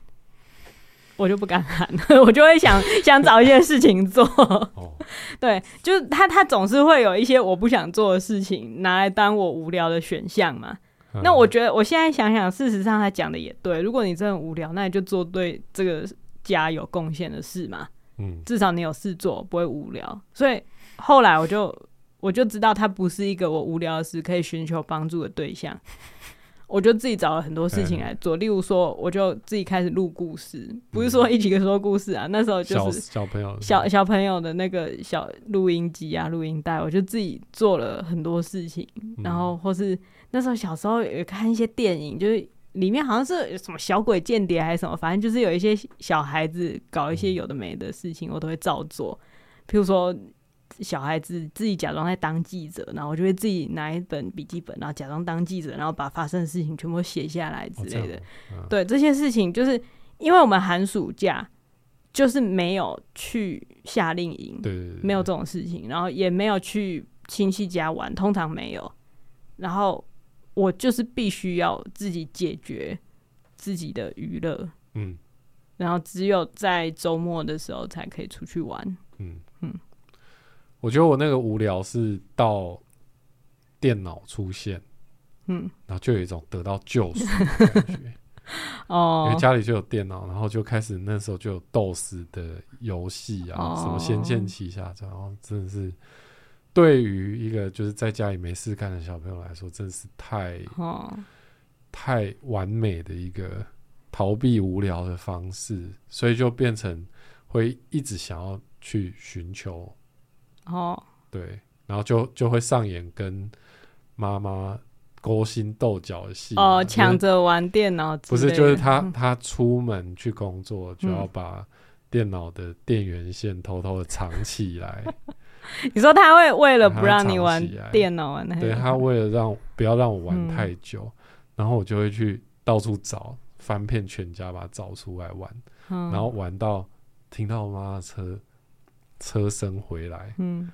Speaker 1: 我就不敢喊， 我就会想想找一些事情做。
Speaker 2: 哦，
Speaker 1: 对，就是他他总是会有一些我不想做的事情拿来当我无聊的选项嘛。
Speaker 2: 嗯
Speaker 1: 那我觉得我现在想想，事实上他讲的也对。如果你真的很无聊，那你就做对这个家有贡献的事嘛，
Speaker 2: 嗯，
Speaker 1: 至少你有事做，不会无聊。所以后来我就我就知道，它不是一个我无聊的时可以寻求帮助的对象。我就自己找了很多事情来做，例如说，我就自己开始录故事，不是说一起说故事啊，那时候就
Speaker 2: 小
Speaker 1: 是
Speaker 2: 小朋友
Speaker 1: 小小朋友的那个小录音机啊、录音带，我就自己做了很多事情。
Speaker 2: 嗯
Speaker 1: 然后或是那时候小时候有看一些电影，就是里面好像是有什么小鬼间谍还是什么，反正就是有一些小孩子搞一
Speaker 2: 嗯
Speaker 1: 些有的没的事情，我都会照做。譬如说小孩子自己假装在当记者，然后我就会自己拿一本笔记本，然后假装当记者，然后把发生的事情全部写下来之类的。，
Speaker 2: 嗯哦这样
Speaker 1: 对这些事情，就是因为我们寒暑假就是没有去夏令营
Speaker 2: 嗯，对对对，
Speaker 1: 没有这种事情，然后也没有去亲戚家玩，通常没有。然后我就是必须要自己解决自己的娱乐，
Speaker 2: 嗯
Speaker 1: 然后只有在周末的时候才可以出去玩。
Speaker 2: 嗯
Speaker 1: 嗯
Speaker 2: 嗯，我觉得我那个无聊是到电脑出现，
Speaker 1: 嗯，
Speaker 2: 然后就有一种得到救赎的感觉，因为
Speaker 1: 哦，
Speaker 2: 家里就有电脑，然后就开始那时候就有斗士的游戏啊，什么
Speaker 1: 哦
Speaker 2: 《仙剑奇侠传》，然后真的是。对于一个就是在家里没事干的小朋友来说，真的是太
Speaker 1: 哦，
Speaker 2: 太完美的一个逃避无聊的方式，所以就变成会一直想要去寻求，
Speaker 1: 哦，
Speaker 2: 对，然后就就会上演跟妈妈勾心斗角的戏嘛
Speaker 1: 哦，抢
Speaker 2: 就是
Speaker 1: 着玩电脑之
Speaker 2: 不
Speaker 1: 类
Speaker 2: 是
Speaker 1: 的
Speaker 2: 就是他
Speaker 1: 嗯
Speaker 2: 他出门去工作就要把电脑的电源线偷偷的藏 起来，
Speaker 1: 哎你说他会为了不
Speaker 2: 他
Speaker 1: 让你
Speaker 2: 藏
Speaker 1: 玩
Speaker 2: 起来
Speaker 1: 电脑玩的，
Speaker 2: 对他为了让不要让我
Speaker 1: 嗯
Speaker 2: 玩太久，然后我就会去到处找，翻遍全家把它找出来玩。
Speaker 1: 嗯，
Speaker 2: 然后玩到听到我妈的车车声回来，
Speaker 1: 嗯，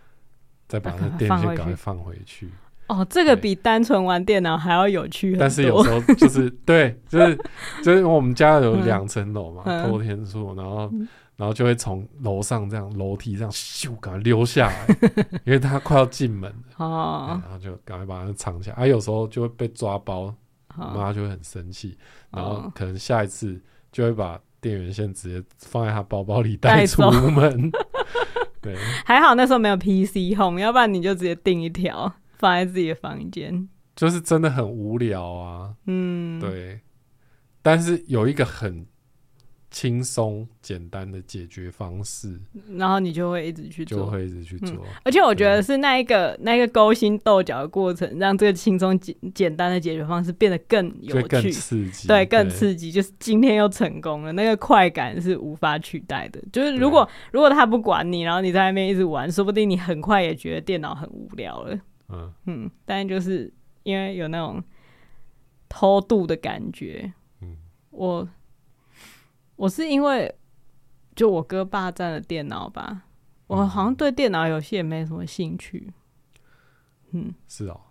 Speaker 2: 再把
Speaker 1: 啊
Speaker 2: 那
Speaker 1: 赶快
Speaker 2: 电
Speaker 1: 放
Speaker 2: 线
Speaker 1: 回
Speaker 2: 赶快
Speaker 1: 去
Speaker 2: 放回 去。
Speaker 1: 哦，这个
Speaker 2: 对
Speaker 1: 比单纯玩电脑还要有趣很多。
Speaker 2: 但是有时候就是对，就是就是因为我们家有
Speaker 1: 嗯
Speaker 2: 两层楼嘛，
Speaker 1: 嗯
Speaker 2: 偷天厝，然后然后就会从楼上这样楼梯这样咻赶快溜下来， 因为他快要进门了，
Speaker 1: 哦，
Speaker 2: 然后就赶快把它藏起来。啊，有时候就会被抓包，我
Speaker 1: 好
Speaker 2: 妈就会很生气，然后
Speaker 1: 哦
Speaker 2: 可能下一次就会把电源线直接放在她包包里
Speaker 1: 带
Speaker 2: 带出
Speaker 1: 走
Speaker 2: 门。 对，
Speaker 1: 还好那时候没有 PC Home，要不然你就直接订一条 放在自己的房间。
Speaker 2: 就是真的很无聊啊，
Speaker 1: 嗯，，
Speaker 2: 对。但是有一个很轻松简单的解决方式，
Speaker 1: 然后你就会一直去
Speaker 2: 就
Speaker 1: 做。
Speaker 2: 会一直去
Speaker 1: 嗯
Speaker 2: 做。
Speaker 1: 而且我觉得是那一个那一个勾心斗角的过程，让这个轻松简简单的解决方式变得更有
Speaker 2: 就
Speaker 1: 趣，
Speaker 2: 更刺激，
Speaker 1: 对，更刺激。就是今天又成功了，那个快感是无法取代的。就是如果如果他不管你，然后你在那边一直玩，说不定你很快也觉得电脑很无聊了。
Speaker 2: 嗯，
Speaker 1: 嗯，但就是因为有那种偷渡的感觉，
Speaker 2: 嗯
Speaker 1: 我我是因为就我哥霸占了电脑吧，我
Speaker 2: 嗯
Speaker 1: 好像对电脑游戏也没什么兴趣。
Speaker 2: 是哦，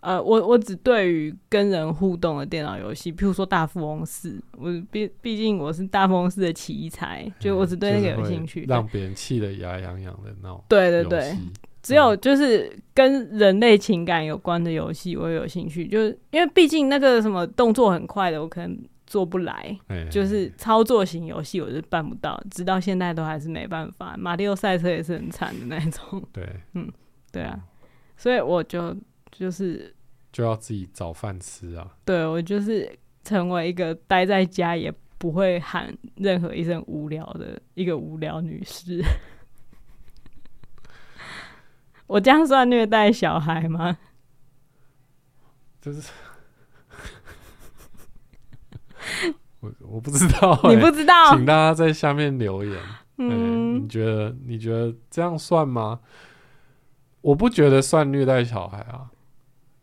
Speaker 1: 呃，我我只对于跟人互动的电脑游戏，譬如说大富翁四，我毕毕竟我是大富翁四的奇才，就我只对那个
Speaker 2: 嗯就是
Speaker 1: 有
Speaker 2: 会
Speaker 1: 兴趣。
Speaker 2: 让别人气得牙痒痒的那种
Speaker 1: 对对
Speaker 2: 游戏。
Speaker 1: 对，只有就是跟人类情感有关的游戏，我有兴趣，就是因为毕竟那个什么动作很快的，我可能做不来，
Speaker 2: 哎，
Speaker 1: 就是操作型游戏我是办不到，直到现在都还是没办法。马里奥赛车也是很惨的那一种，
Speaker 2: 对，
Speaker 1: 对啊，所以我就就是
Speaker 2: 就要自己找饭吃啊。
Speaker 1: 对我就是成为一个待在家也不会喊任何一声无聊的一个无聊女士。我这样算虐待小孩吗？
Speaker 2: 就是我我不知道、欸，
Speaker 1: 你不知道
Speaker 2: 请，大家在下面留言。嗯，
Speaker 1: 嗯
Speaker 2: 你，觉得你觉得这样算吗？我不觉得算虐待小孩啊，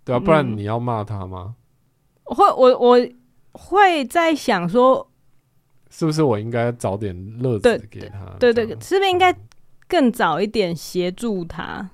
Speaker 2: 对啊，不然
Speaker 1: 嗯
Speaker 2: 你要骂他吗？
Speaker 1: 我会我我会在想说，
Speaker 2: 是不是我应该找点乐
Speaker 1: 对
Speaker 2: 子给他？
Speaker 1: 对对
Speaker 2: 这，样
Speaker 1: 是不是应该更早一点协助他，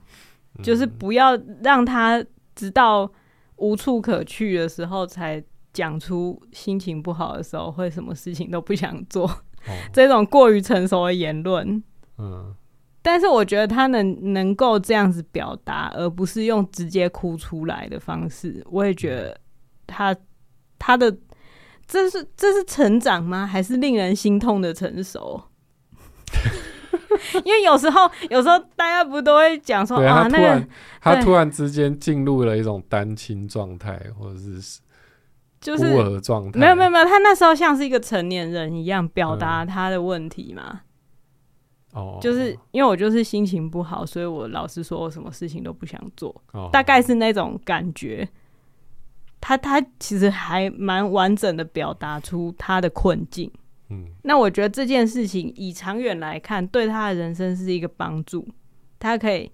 Speaker 2: 嗯
Speaker 1: 就是不要让他直到无处可去的时候才讲出心情不好的时候会什么事情都不想做
Speaker 2: 哦
Speaker 1: 这种过于成熟的言论。
Speaker 2: 嗯，
Speaker 1: 但是我觉得他能能够这样子表达，而不是用直接哭出来的方式，我也觉得他他的这是这是成长吗？还是令人心痛的成 熟？因为有时候有时候大家不都会讲说
Speaker 2: 对
Speaker 1: 啊
Speaker 2: 他，突
Speaker 1: 那个
Speaker 2: 然他
Speaker 1: 对
Speaker 2: 突然之间进入了一种单亲状态，或者是
Speaker 1: 就是
Speaker 2: 孤儿状态，
Speaker 1: 没有没有没有，他那时候像是一个成年人一样表
Speaker 2: 嗯
Speaker 1: 达他的问题嘛。
Speaker 2: 哦，
Speaker 1: 就是因为我就是心情不好，所以我老实说，我什么事情都不想做。
Speaker 2: 哦
Speaker 1: 大概是那种感觉。他他其实还蛮完整的表达出他的困境。
Speaker 2: 嗯
Speaker 1: 那我觉得这件事情以长远来看，对他的人生是一个帮助。他可以，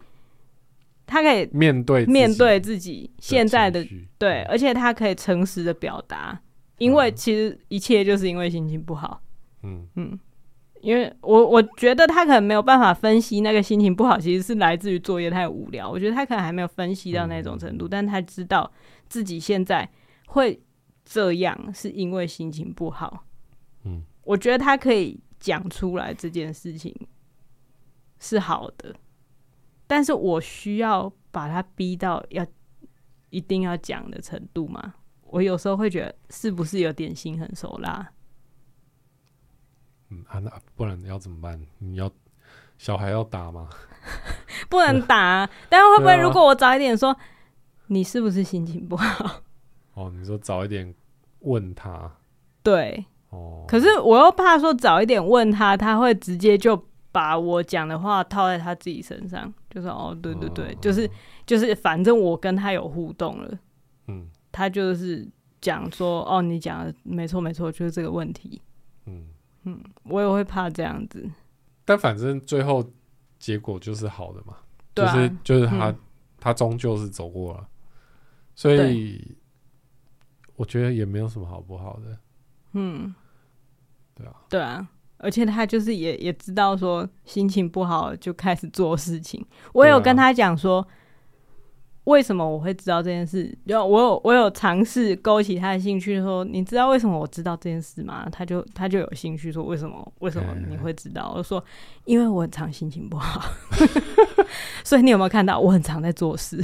Speaker 1: 他可以
Speaker 2: 面对自
Speaker 1: 面
Speaker 2: 己
Speaker 1: 对自己现在的
Speaker 2: 情绪
Speaker 1: 对，而且他可以诚实的表达，因为其实一切就是因为心情不好。
Speaker 2: 嗯
Speaker 1: 因为我我觉得他可能没有办法分析那个心情不好，其实是来自于作业太无聊。我觉得他可能还没有分析到那种程度，但他知道自己现在会这样是因为心情不好。
Speaker 2: 嗯，
Speaker 1: 我觉得他可以讲出来这件事情是好的，但是我需要把他逼到要一定要讲的程度吗？我有时候会觉得是不是有点心狠手辣？
Speaker 2: 嗯啊，那不然要怎么办？你要小孩要打吗？
Speaker 1: 不能打、但会不会
Speaker 2: 对啊
Speaker 1: 如果我早一点说，你是不是心情不好？
Speaker 2: 哦，你说早一点问他
Speaker 1: 对，
Speaker 2: 哦，
Speaker 1: 可是我又怕说早一点问他，他会直接就把我讲的话套在他自己身上，就说哦，对对对，
Speaker 2: 哦
Speaker 1: 就是就是，反正我跟他有互动了，
Speaker 2: 嗯
Speaker 1: 他就是讲说哦，你讲的没错没错，就是这个问题，
Speaker 2: 嗯，
Speaker 1: 我也会怕这样子，
Speaker 2: 但反正最后结果就是好的嘛，
Speaker 1: 对啊，
Speaker 2: 就是就是他、
Speaker 1: 嗯
Speaker 2: 他终究是走过了，所以我觉得也没有什么好不好的，
Speaker 1: 嗯，
Speaker 2: 对啊，
Speaker 1: 对啊，而且他就是也也知道说心情不好就开始做事情。我
Speaker 2: 对啊
Speaker 1: 有跟他讲说，为什么我会知道这件事？就我有我有尝试勾起他的兴趣说你知道为什么我知道这件事吗？他就他就有兴趣说，为什么为什么
Speaker 2: 嗯
Speaker 1: 你会知道？我就说，因为我很常心情不好， 所以你有没有看到我很常在做事？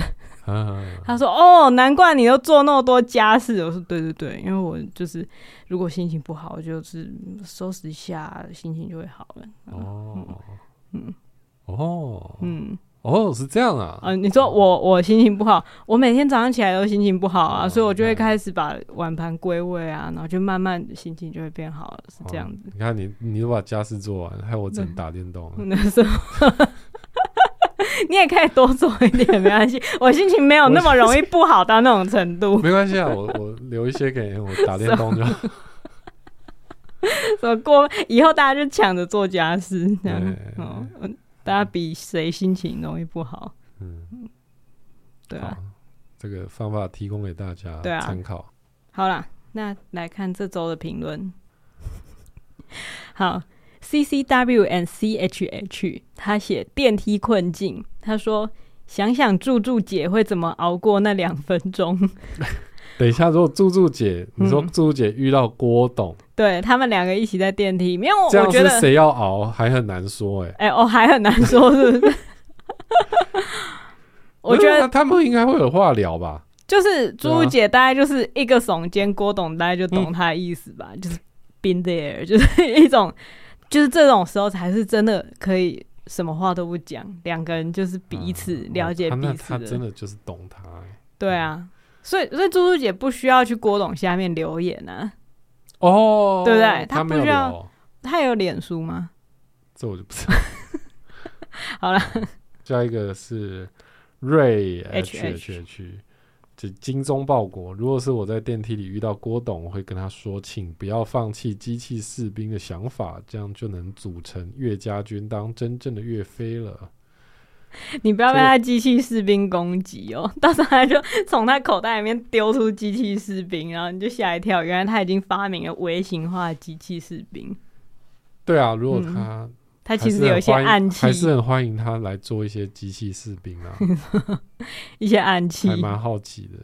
Speaker 2: 嗯，
Speaker 1: 他说：“哦，难怪你都做那么多家事。”我说：“对对对，因为我就是如果心情不好，我就是收拾一
Speaker 2: 嗯
Speaker 1: 下，心情就会好了。
Speaker 2: 哦，
Speaker 1: 嗯
Speaker 2: 哦，
Speaker 1: 嗯，
Speaker 2: 哦，是这样啊，
Speaker 1: 啊，你说我我心情不好，我每天早上起来都心情不好啊，
Speaker 2: 哦
Speaker 1: 所以我就会
Speaker 2: 你看
Speaker 1: 开始把碗盘归位啊，然后就慢慢心情就会变好了，是这样
Speaker 2: 哦
Speaker 1: 子。 嗯
Speaker 2: 你看你，你都把家事做完，害我只能打电动了。
Speaker 1: 那时候你也可以多做一点，没 关系，我心情没有那么容易不好到那种程度。
Speaker 2: 没关系啊，我我留一些给我打电动就
Speaker 1: 啊
Speaker 2: 好。
Speaker 1: 说过以后大家就抢着做家事，这样
Speaker 2: 对
Speaker 1: 哦，嗯大家比谁心情容易不好，
Speaker 2: 嗯，
Speaker 1: 对啊
Speaker 2: 好，，这个方法提供给大家
Speaker 1: 对啊
Speaker 2: 参考。
Speaker 1: 好啦，那来看这周的评论。 好，C C W and C H H，他写电梯困境，他说想想柱柱姐会怎么熬过那两分钟，
Speaker 2: 等一下，如果柱柱姐，你说
Speaker 1: 嗯
Speaker 2: 柱柱姐遇到郭董，
Speaker 1: 对他们两个一起在电梯里面，我
Speaker 2: 这
Speaker 1: 我
Speaker 2: 样
Speaker 1: 觉
Speaker 2: 是
Speaker 1: 得，
Speaker 2: 谁要熬还很难说哎、
Speaker 1: 哎、哦，还很难说，是不是？ 我觉
Speaker 2: 啊那
Speaker 1: 得
Speaker 2: 他们应该会有话聊吧？
Speaker 1: 就是
Speaker 2: 对啊
Speaker 1: 朱姐大概就是一个耸肩，郭董大概就懂他的意思
Speaker 2: 嗯
Speaker 1: 吧，就是 been there，就是 一种，就是这种时候才是真的可以什么话都不讲，两个人就是彼此
Speaker 2: 嗯
Speaker 1: 了解
Speaker 2: 哦他
Speaker 1: 彼
Speaker 2: 那
Speaker 1: 此
Speaker 2: 他
Speaker 1: 的，
Speaker 2: 真的就是懂他、欸。
Speaker 1: 对啊，所以所以朱朱姐不需要去郭董下面留言啊，
Speaker 2: 哦，
Speaker 1: 对不对
Speaker 2: 他
Speaker 1: 他
Speaker 2: 没
Speaker 1: 不
Speaker 2: 有
Speaker 1: 需要
Speaker 2: 聊哦，
Speaker 1: 她有脸书吗？
Speaker 2: 这我就不知道。
Speaker 1: 好啦，
Speaker 2: 下一个是瑞
Speaker 1: H
Speaker 2: H
Speaker 1: H
Speaker 2: H H，这精忠报国。如果是我在电梯里遇到郭董，我会跟他说，请不要放弃机器士兵的想法，这样就能组成岳家军，当真正的岳飞了。
Speaker 1: 你不要被
Speaker 2: 这个
Speaker 1: 他机器士兵攻击哦， 到时候他就从他口袋里面丢出机器士兵，然后你就吓一跳，原来他已经发明了微型化的机器士兵。
Speaker 2: 对啊，如果
Speaker 1: 嗯
Speaker 2: 他、
Speaker 1: 他
Speaker 2: 还
Speaker 1: 其
Speaker 2: 是
Speaker 1: 实有
Speaker 2: 很
Speaker 1: 一些
Speaker 2: 欢迎
Speaker 1: 暗器
Speaker 2: 还，是很欢迎他来做一些机器士 兵啊，
Speaker 1: 一些暗器
Speaker 2: 还。蛮好奇的。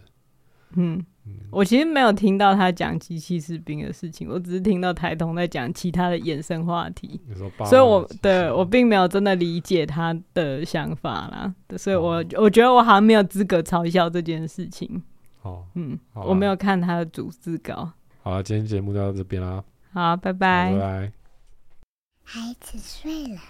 Speaker 1: 嗯，我其实没有听到他讲机器士兵的事情，我只是听到台通在讲其他的衍生话题，
Speaker 2: 你说八万的机器，
Speaker 1: 所以我对我并没有真的理解他的想法啦。所以我我觉得我好像没有资格嘲笑这件事情。
Speaker 2: 哦，
Speaker 1: 嗯，
Speaker 2: 好啦
Speaker 1: 我没有看他的逐字稿。
Speaker 2: 好了，今天节目就到这边啦，
Speaker 1: 好，拜
Speaker 2: 拜拜。
Speaker 3: 孩子睡了，